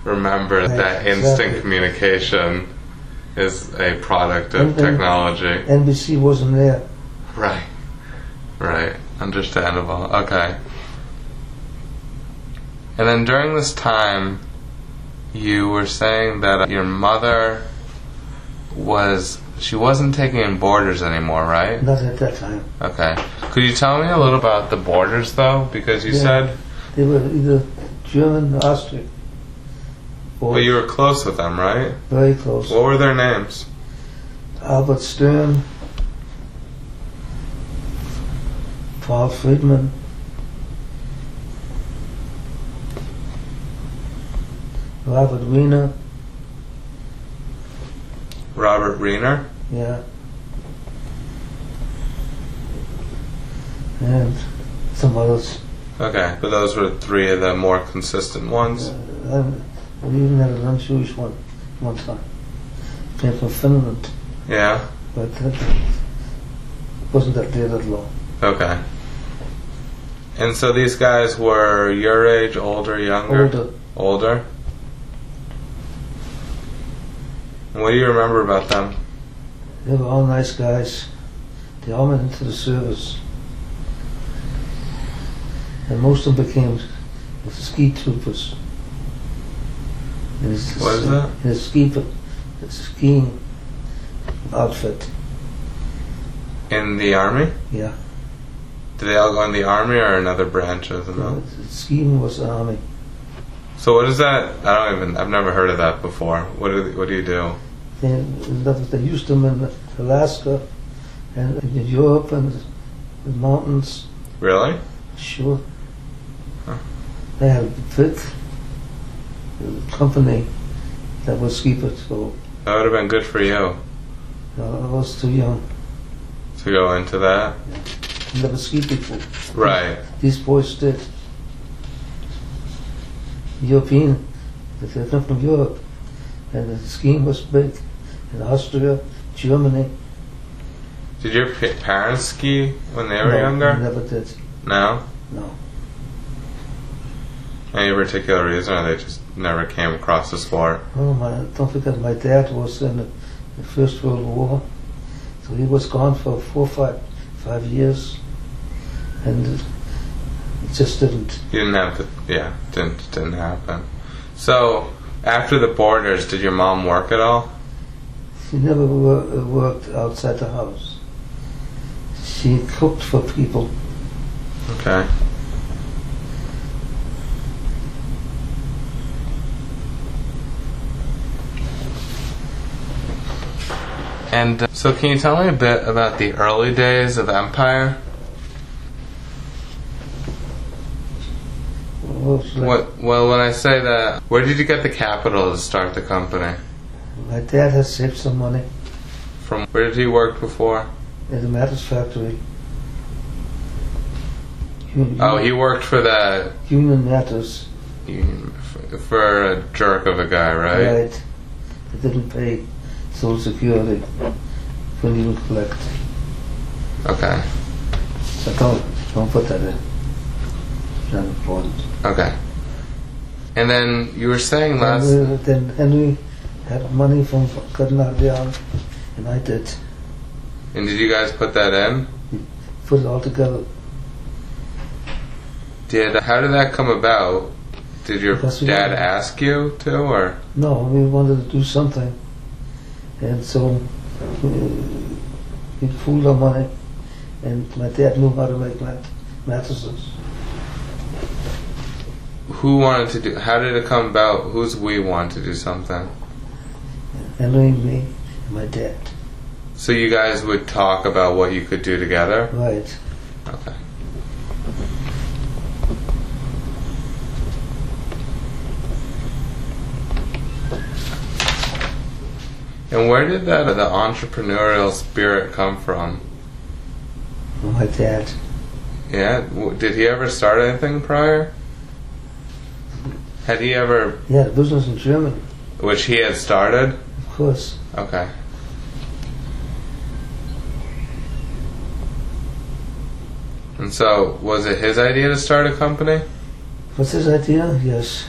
B: remember
A: Right,
B: that
A: exactly.
B: instant communication is a product of
A: And- and-
B: technology.
A: NBC wasn't there.
B: Right. Right. Understandable. Okay. And then during this time, you were saying that your mother was. She wasn't taking in borders anymore, right?
A: Not at that time.
B: Okay. Could you tell me a little about the borders, though? Because you
A: Yeah.
B: said.
A: They were either German or Austrian. Or
B: Well, you were close with them, right?
A: very close.
B: What were their names?
A: Albert Stern, Paul Friedman, Robert Wiener,
B: Robert Reiner?
A: yeah, and some others.
B: Okay. But those were three of the more consistent ones?
A: Uh, and we even had a non-Jewish one one time, came from Finland,
B: Yeah?
A: but that wasn't that there that long.
B: Okay. And so these guys were your age, older, younger?
A: Older.
B: Older? And What do you remember about them?
A: They were all nice guys. They all went into the service. And most of them became ski troopers. In his-
B: What is that?
A: In a ski, pa- skiing outfit.
B: In the army?
A: Yeah.
B: Did they all go in the army or another branch of the mil-
A: Skiing was the army.
B: So what is that? I don't even. I've never heard of that before. What do What do you do?
A: They, that was- they used them in Alaska and in Europe and the mountains.
B: Really?
A: Sure.
B: Huh.
A: They had a big company that was ski patrol.
B: That would have been good for you
A: Uh, I was too young.
B: to go into that.
A: Never ski people.
B: Right.
A: These boys did. European. They come from Europe. And the skiing was big. In Austria, Germany.
B: Did your pa- parents ski when they were
A: No,
B: younger?
A: Never did.
B: No.
A: No.
B: Any particular reason, or they just never came across the sport?
A: Oh, my, don't forget, my dad was in the, the First World War, so he was gone for four, five, five years, and it just didn't.
B: You didn't have the yeah, didn't didn't happen. So after the borders, did your mom work at all?
A: She never wo- worked outside the house. She cooked for people.
B: Okay. And uh, so, can you tell me a bit about the early days of Empire?
A: Well, she-
B: What, well, when I say that, where did you get the capital to start the company?
A: My dad has saved some money
B: From where did he work before?
A: at the mattress factory. Union,
B: Oh, he worked for that
A: Union Mattress,
B: union- for a jerk of a guy, right?
A: right? They didn't pay Social Security. Couldn't even collect.
B: Okay.
A: So don't don't put that in. It's not important.
B: Okay. And then you were saying last.
A: Then, we- Uh, then Henry had money from Karnataka, and I did.
B: And did you guys put that in?
A: Put it all together.
B: Did how did that come about? Did your
A: Because we-
B: dad ask you to, or
A: No, we wanted to do something, and so uh, we pooled our money, and my dad knew how to make mat- mattresses.
B: who wanted to do? How did it come about? Who's we want to do something?
A: Henry, me, and my dad.
B: So you guys would talk about what you could do together.
A: Right.
B: Okay. And where did that the entrepreneurial spirit come from?
A: And my dad.
B: Yeah, w- did he ever start anything prior? Had he ever,
A: He had a business in Germany,
B: which he had started?
A: of course.
B: Okay. And so, was it his idea to start a company?
A: What's his idea? Yes.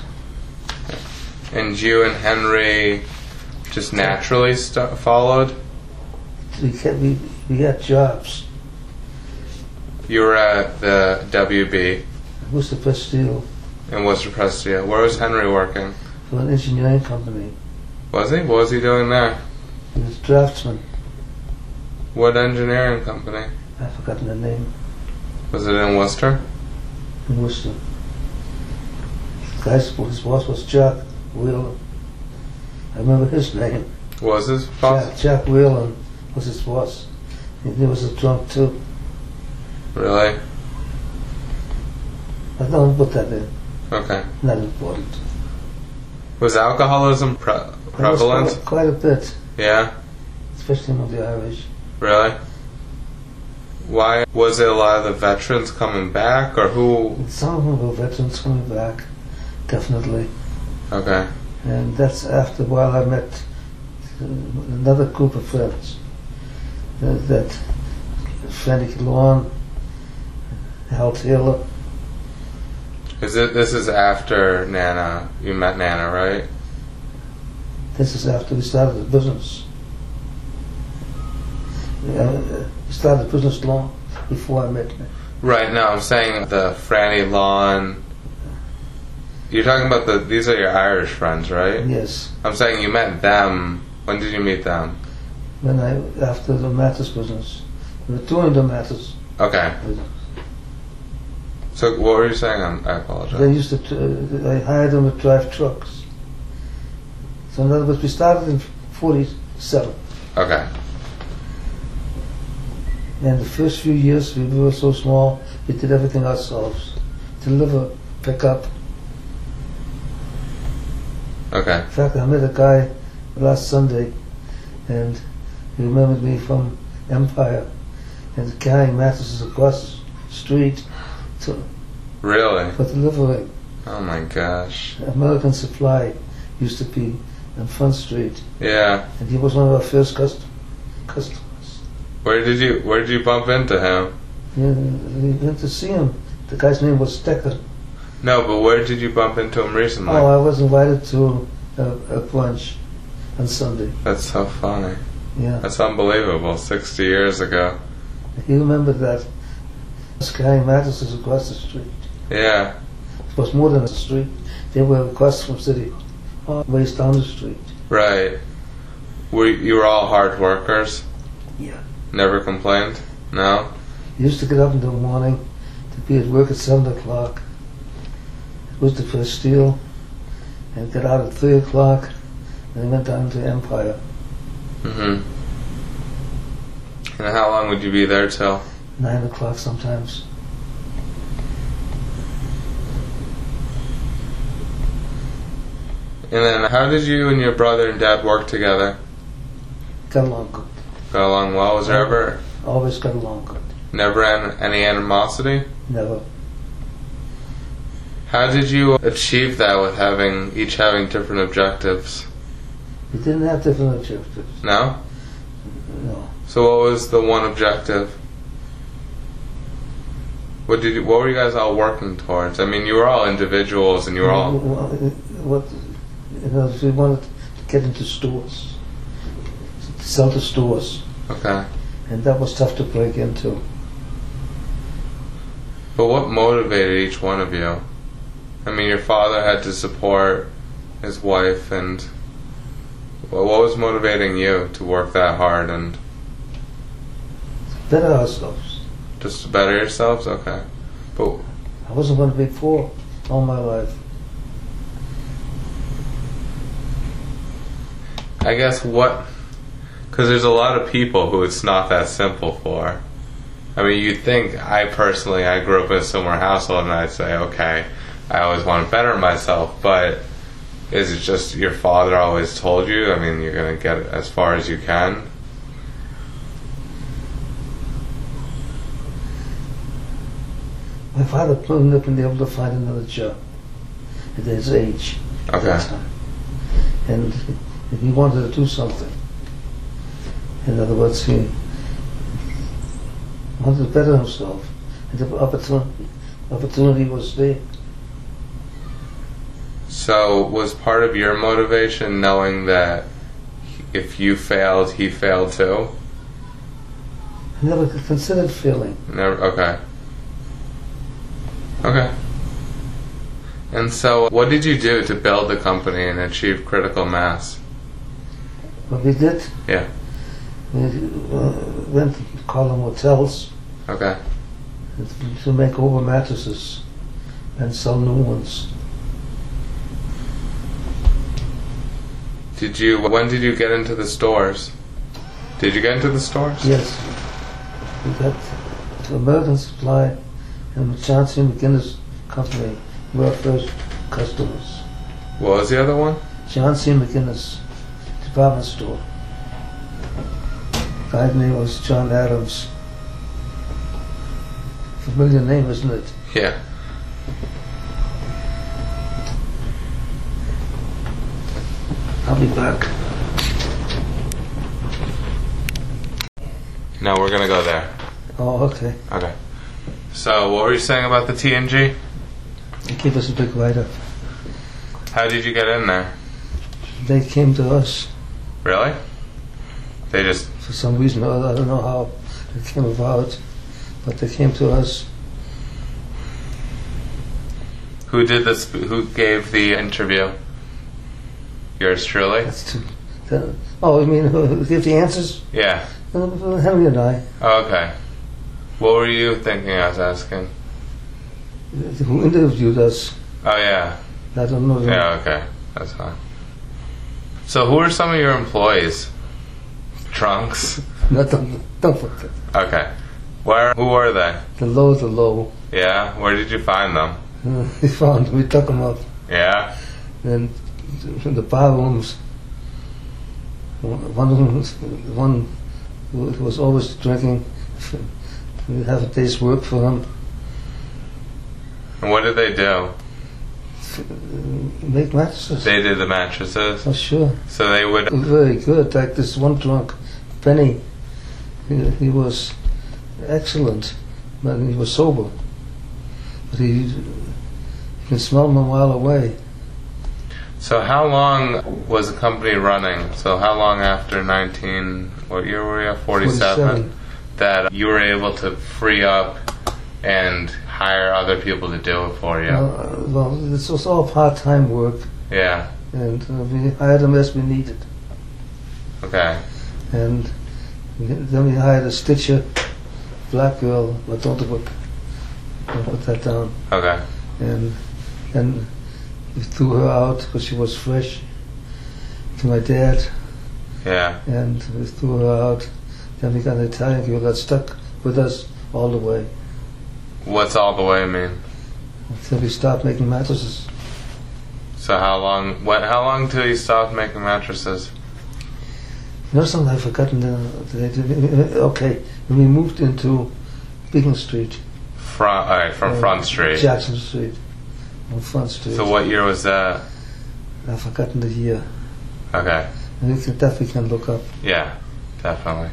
B: And you and Henry just naturally st- followed?
A: We, kept, we, we had jobs.
B: You were at the WB
A: It was the best deal
B: in Worcester Prestia. Where was Henry working?
A: for an engineering company.
B: Was he? What was he doing there?
A: He was a draftsman.
B: What engineering company?
A: I've forgotten the name.
B: Was it in Worcester?
A: He was the guy's his boss was Jack Whelan. I remember his name.
B: Was his boss?
A: Jack, Jack Whelan was his boss. And he was a drunk too.
B: Really?
A: I don't put that in.
B: Okay.
A: Not important.
B: Was alcoholism pre-
A: There was
B: prevalent?
A: Quite, quite a bit,
B: Yeah.
A: especially among the Irish.
B: Really? Why was it a lot of the veterans coming back, or who?
A: And some of them were veterans coming back, definitely.
B: Okay.
A: And that's after a while I met uh, another group of friends. Uh, that Franny Lawn, Hal Taylor,
B: Is it? This is after Nana. You met Nana, right?
A: this is after we started the business. Uh, uh, we started the business long before I met him.
B: Right. No, I'm saying the Franny Lawn. You're talking about the. These are your Irish friends, right?
A: Yes,
B: I'm saying you met them. When did you meet them?
A: when I after the Matters business, we were doing the Matters.
B: Okay.
A: business.
B: So what were you saying? I'm, I apologize.
A: They used to, uh, I hired them to drive trucks. So in other words, we started in 47.
B: okay.
A: And the first few years, we were so small, we did everything ourselves. Deliver, pick up.
B: Okay.
A: In fact, I met a guy last Sunday, and he remembered me from Empire, and carrying mattresses across the street to,
B: Really?
A: for delivering.
B: Oh my gosh.
A: American Supply used to be on Front Street,
B: Yeah.
A: and he was one of our first cust- customers.
B: Where did you Where did you bump into him?
A: Yeah, we went to see him The guy's name was Stecker.
B: No, but where did you bump into him recently?
A: Oh, I was invited to a, a punch on Sunday.
B: That's so funny.
A: Yeah,
B: That's unbelievable. 60 years ago.
A: you remember that? Sky and Mattis is across the street.
B: Yeah.
A: It was more than a street. They were across from city, all ways down the street.
B: Right. Were you were all hard workers?
A: Yeah.
B: Never complained? No?
A: You used to get up in the morning to be at work at seven o'clock. Was the first steel, and get out at three o'clock, and then went down to Empire.
B: Mm-hmm. And how long would you be there till?
A: nine o'clock sometimes.
B: And then how did you and your brother and dad work together?
A: Got along good.
B: Got along well? Was
A: Uh,
B: there ever
A: Always got along good.
B: never an, any animosity?
A: Never.
B: How did you achieve that with having each having different objectives?
A: We didn't have different objectives.
B: No?
A: No.
B: So what was the one objective? What did you, what were you guys all working towards? I mean, you were all individuals and you were all
A: What? You know, we wanted to get into stores, sell to stores,
B: okay.
A: and that was tough to break into.
B: But what motivated each one of you? I mean, your father had to support his wife, and wha- what was motivating you to work that hard and
A: Better ourselves.
B: just to better yourselves? Okay, but
A: I wasn't going to be poor all my life.
B: I guess what, because there's a lot of people who it's not that simple for. I mean, you'd think I personally, I grew up in a similar household, and I'd say, okay, I always want to better myself. But is it just your father always told you? I mean, you're gonna get as far as you can.
A: My father wouldn't have been able to find another job at his age. at
B: Okay.
A: that time. And he wanted to do something. In other words, he wanted to better himself. And the opportunity, opportunity was there.
B: So was part of your motivation knowing that if you failed, he failed too?
A: I never considered failing.
B: Never. Okay. Okay. And so, what did you do to build the company and achieve critical mass?
A: What we did,
B: Yeah.
A: we uh, went to column hotels
B: Okay.
A: to make over mattresses and sell new ones.
B: Did you? When did you get into the stores? Did you get into the stores?
A: Yes, we got the American Supply and the Johnson McGinnis Company were our first customers.
B: What was the other one?
A: John C. McGinnis department store. Guy's name was John Adams. Familiar name, isn't it?
B: Yeah.
A: I'll be back.
B: No, we're gonna go there.
A: Oh, okay.
B: Okay. So, what were you saying about the TNG?
A: They gave us a big write-up.
B: How did you get in there?
A: They came to us
B: Really? They just
A: for some reason. or other. I don't know how it came about, but they came to us.
B: who did this? Who gave the interview? Yours truly.
A: That's too. that- Oh, I mean, who give the answers?
B: Yeah.
A: Uh, Henry and I.
B: Oh, Okay. What were you thinking? I was asking.
A: Who interviewed us?
B: Oh yeah,
A: I don't know. the-
B: yeah. Okay, that's fine. So, who are some of your employees? Trunks.
A: No, don't, don't forget.
B: Okay. Where? Who were they?
A: The low, the low.
B: Yeah. Where did you find them?
A: Uh, we found we took them up
B: Yeah.
A: and from the bar rooms one of them was- one who was always drinking we have a day's work for him
B: And what did they do?
A: make mattresses
B: They did the mattresses.
A: oh sure
B: So they would.
A: very good like this one drunk Benny he, he was excellent but he was sober but he, you can smell them a mile away.
B: So how long was the company running? So how long after 19, what year were you at? 47,
A: 47.
B: That you were able to free up and hire other people to do it for you.
A: Uh, well, this was all part-time work,
B: Yeah.
A: and uh, we hired them as we needed.
B: Okay.
A: And then we hired a stitcher, black girl, but don't put, don't put that down.
B: Okay.
A: and and we threw her out because she was fresh to my dad,
B: Yeah.
A: and we threw her out. Then we got an Italian girl that stuck with us all the way
B: What's all the way mean?
A: until we stopped making mattresses.
B: So how long? What? How long till you stopped making mattresses?
A: You know something I've forgotten? uh, they did- Okay, when we moved into Beacon Street,
B: Front. All right, from
A: uh,
B: Front Street.
A: Jackson Street, on Front Street.
B: So what year was that?
A: I've forgotten the year.
B: Okay.
A: And we can, that we can look up,
B: Yeah. Definitely.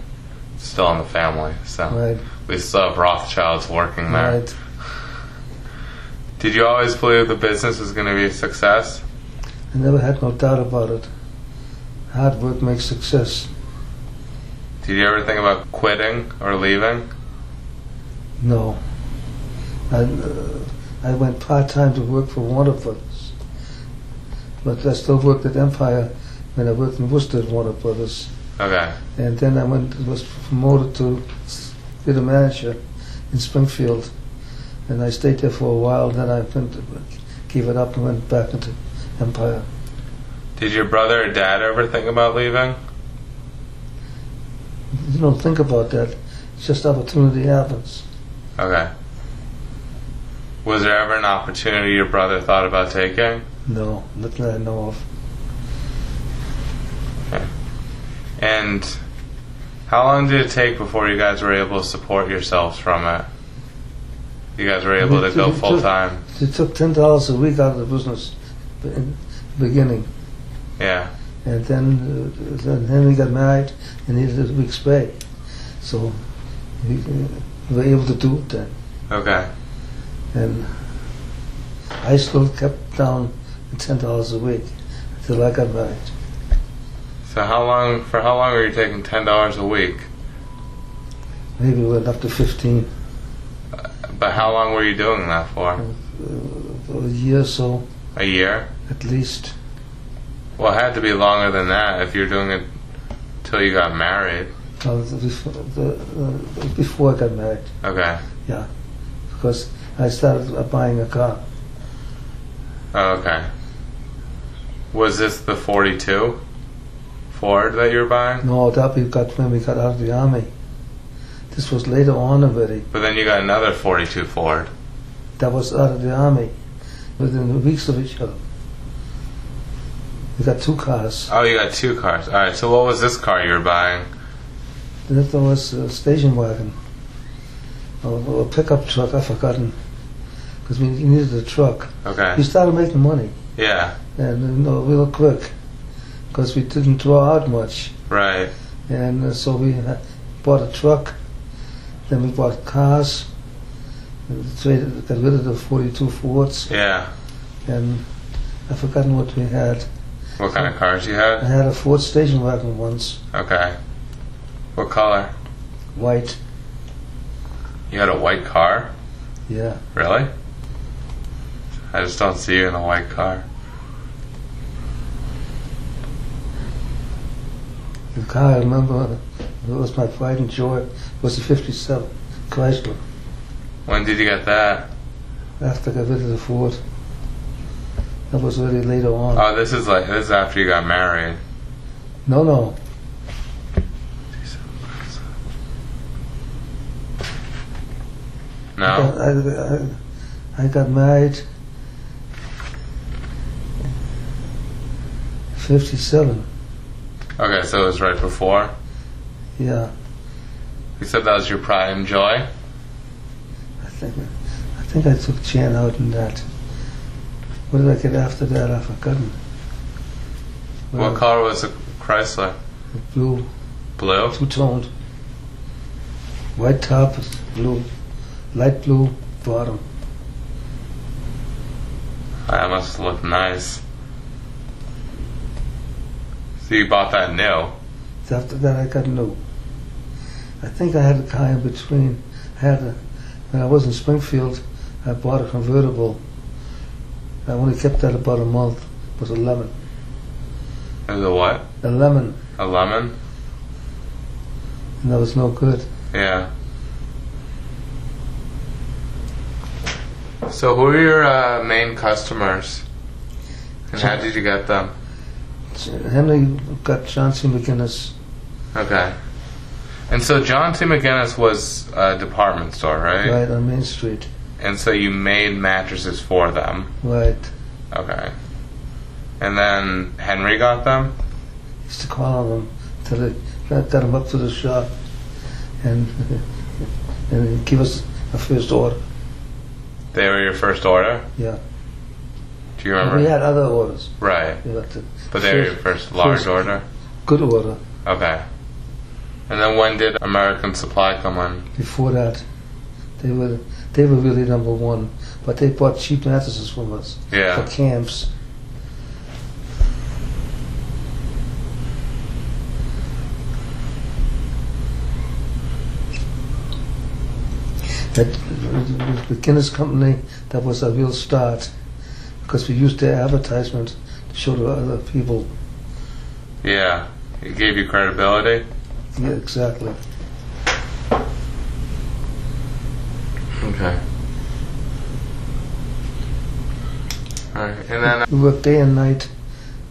B: Still in the family. So
A: right?
B: we still have Rothschilds working there.
A: Right.
B: Did you always believe the business was going to be a success?
A: I never had no doubt about it. Hard work makes success.
B: Did you ever think about quitting or leaving?
A: No. I, uh, I went part time to work for Warner Brothers. But I still worked at Empire when I worked in Worcester at Warner Brothers.
B: Okay.
A: And then I went was promoted to s- be the manager in Springfield. And I stayed there for a while. Then I went, gave it up and went back into Empire.
B: Did your brother or dad ever think about leaving?
A: You don't think about that. It's just opportunity happens.
B: Okay. Was there ever an opportunity your brother thought about taking?
A: No, not that I know of.
B: And how long did it take before you guys were able to support yourselves from it? You guys were able to go full time.
A: They took ten dollars a week out of the business in the beginning,
B: Yeah.
A: and then uh, then Henry got married and he did a week's pay, so we, uh, we were able to do it then.
B: Okay.
A: And I still kept down the ten dollars a week until I got married.
B: So how long for how long were you taking ten dollars a week?
A: Maybe we went up to fifteen
B: But how long were you doing that for?
A: uh, a year or so
B: A year?
A: at least.
B: Well, it had to be longer than that if you're doing it till you got married.
A: uh, Before, the, uh, before I got married,
B: Okay.
A: because I started uh, buying a car.
B: Oh, okay. Was this the 42 Ford that you were buying?
A: No, that we got when we got out of the army. This was later on already.
B: But then you got another 42 Ford.
A: That was out of the army, within weeks of each other. We got two cars.
B: Oh, you got two cars. All right. So what was this car you were buying?
A: Then there was a station wagon, or, or a pickup truck. I've forgotten, because we needed a truck. We
B: Okay.
A: started making money,
B: Yeah.
A: and you know, real quick, because we didn't draw out much.
B: Right.
A: And uh, so we uh, bought a truck, then we bought cars, and traded, got rid of the 42 Fords,
B: Yeah.
A: and I've forgotten what we had.
B: What kind of cars you
A: I
B: had?
A: had a Ford station wagon once,
B: Okay. What color?
A: white,
B: You had a white car?
A: yeah.
B: Really? I just don't see you in a white car.
A: The car I remember, it was my pride and joy, was a 57 Chrysler,
B: When did you get that?
A: after I got rid of the Ford. That was really later on.
B: Oh, this is like this is after you got married.
A: no, no,
B: No.
A: I, I- I, I got married 57,
B: Okay, so it was right before.
A: yeah.
B: You said that was your pride and joy.
A: I think I think I took Jan out in that. What did I get after that? I've forgotten.
B: What color was the Chrysler?
A: Blue,
B: Blue.
A: two-toned. White top, blue, light blue bottom.
B: I Ah, must look nice. So you bought that new.
A: So after that, I got new. I think I had a car in between. I had a, when I was in Springfield, I bought a convertible. I only kept that about a month. It was a lemon.
B: It was a what?
A: A lemon,
B: A lemon?
A: and that was no good.
B: Yeah. So who are your uh, main customers? And how did you get them?
A: Henry got John C. McGinnis.
B: Okay. And so John T. McGinnis was a department store, right?
A: Right on Main Street.
B: And so you made mattresses for them.
A: Right.
B: Okay. And then Henry got them?
A: Used to call on them till they got, got him up to the shop and and give us a first order.
B: They were your first order?
A: Yeah.
B: Do you
A: And
B: remember?
A: we had other orders.
B: Right.
A: We got the
B: But they were your
A: First-
B: first large
A: first-
B: order?
A: good order
B: Okay. And then when did American Supply come in?
A: before that. They were they were really number one, but they bought cheap mattresses from us
B: Yeah.
A: for camps. That the Guinness company that was a real start because we used their advertisement to show to other people.
B: Yeah. It gave you credibility?
A: Yeah, exactly.
B: Okay. Alright. And then uh,
A: We worked day and night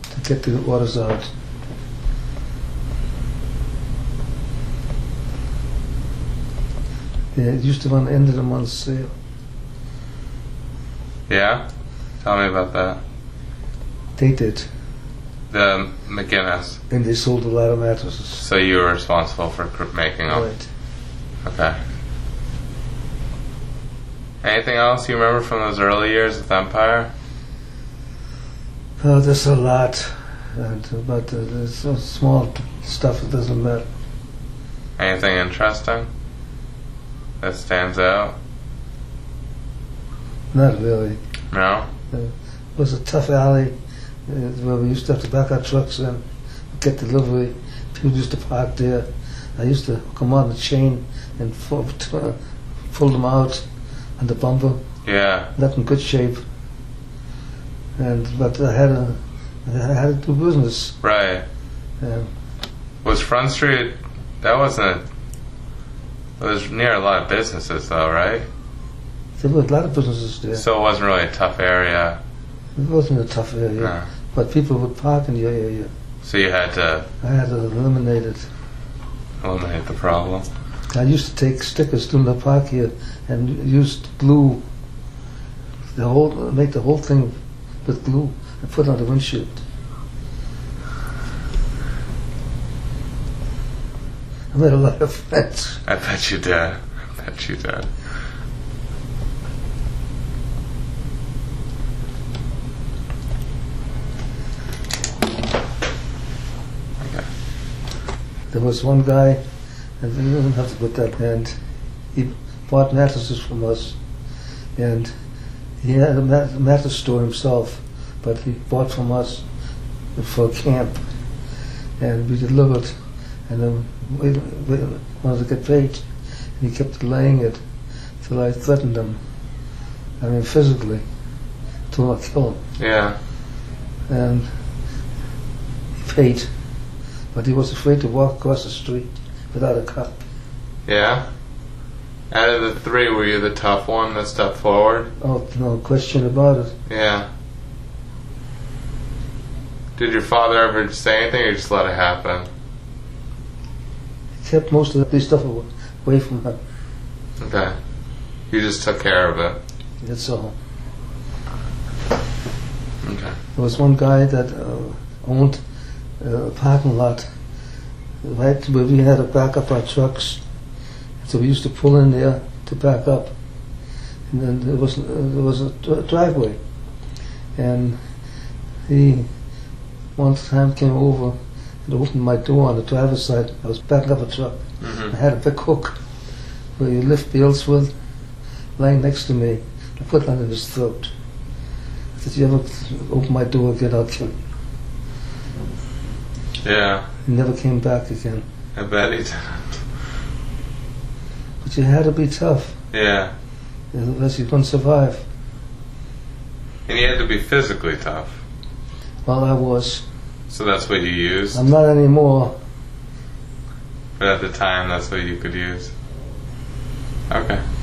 A: to get the orders out. Yeah, it used to run end of the month sale.
B: Yeah? Tell me about that.
A: They did,
B: The McGinnis.
A: and they sold a lot of mattresses.
B: So you were responsible for cr- making them.
A: Right.
B: Okay. Anything else you remember from those early years with Empire?
A: Oh, there's a lot, and, uh, but uh, there's some small stuff that doesn't matter.
B: Anything interesting that stands out?
A: Not really.
B: No?
A: It was a tough alley uh, where we used to have to back our trucks in, get delivery. People used to park there. I used to come on the chain and fu- t- pull them out on the bumper,
B: Yeah.
A: not in good shape. And but I had a, I had to do business.
B: Right.
A: And
B: Was Front Street. That wasn't. It was near a lot of businesses, though, right?
A: there were a lot of businesses there.
B: So it wasn't really a tough area.
A: It wasn't a tough area,
B: No.
A: but people would park in your area.
B: So you had to
A: I had to eliminate it.
B: eliminate the problem.
A: I used to take stickers to the park here and used glue. The whole make the whole thing with glue and put it on the windshield. I made a lot of friends.
B: I bet you did. I bet you did.
A: There was one guy, and we didn't have to put that and He bought mattresses from us, and he had a mat- mattress store himself, but he bought from us for camp, and we delivered. And then we, we wanted to get paid, and he kept delaying it till I threatened him. I mean, physically, till I killed him
B: Yeah.
A: and he paid, but he was afraid to walk across the street without a cup.
B: Yeah? Out of the three, were you the tough one that stepped forward?
A: Oh, no question about it.
B: Yeah. Did your father ever say anything or just let it happen?
A: He kept most of the stuff aw- away from her.
B: Okay. You just took care of it.
A: That's all.
B: Okay.
A: There was one guy that uh, owned uh, a parking lot right where we had to back up our trucks. So we used to pull in there to back up. And then there was, uh, there was a dri- driveway. And he one time came over and opened my door on the driver's side. I was backing up a truck. I
B: Mm-hmm.
A: had a big hook where you lift bales with lying next to me. I put it under his throat. I If you ever open my door, get out. Ken.
B: Yeah,
A: He never came back again.
B: I bet he did.
A: But you had to be tough,
B: Yeah,
A: otherwise you couldn't survive.
B: and he had to be physically tough.
A: Well, I was.
B: So that's what you used,
A: I'm not anymore.
B: but at the time, that's what you could use. Okay.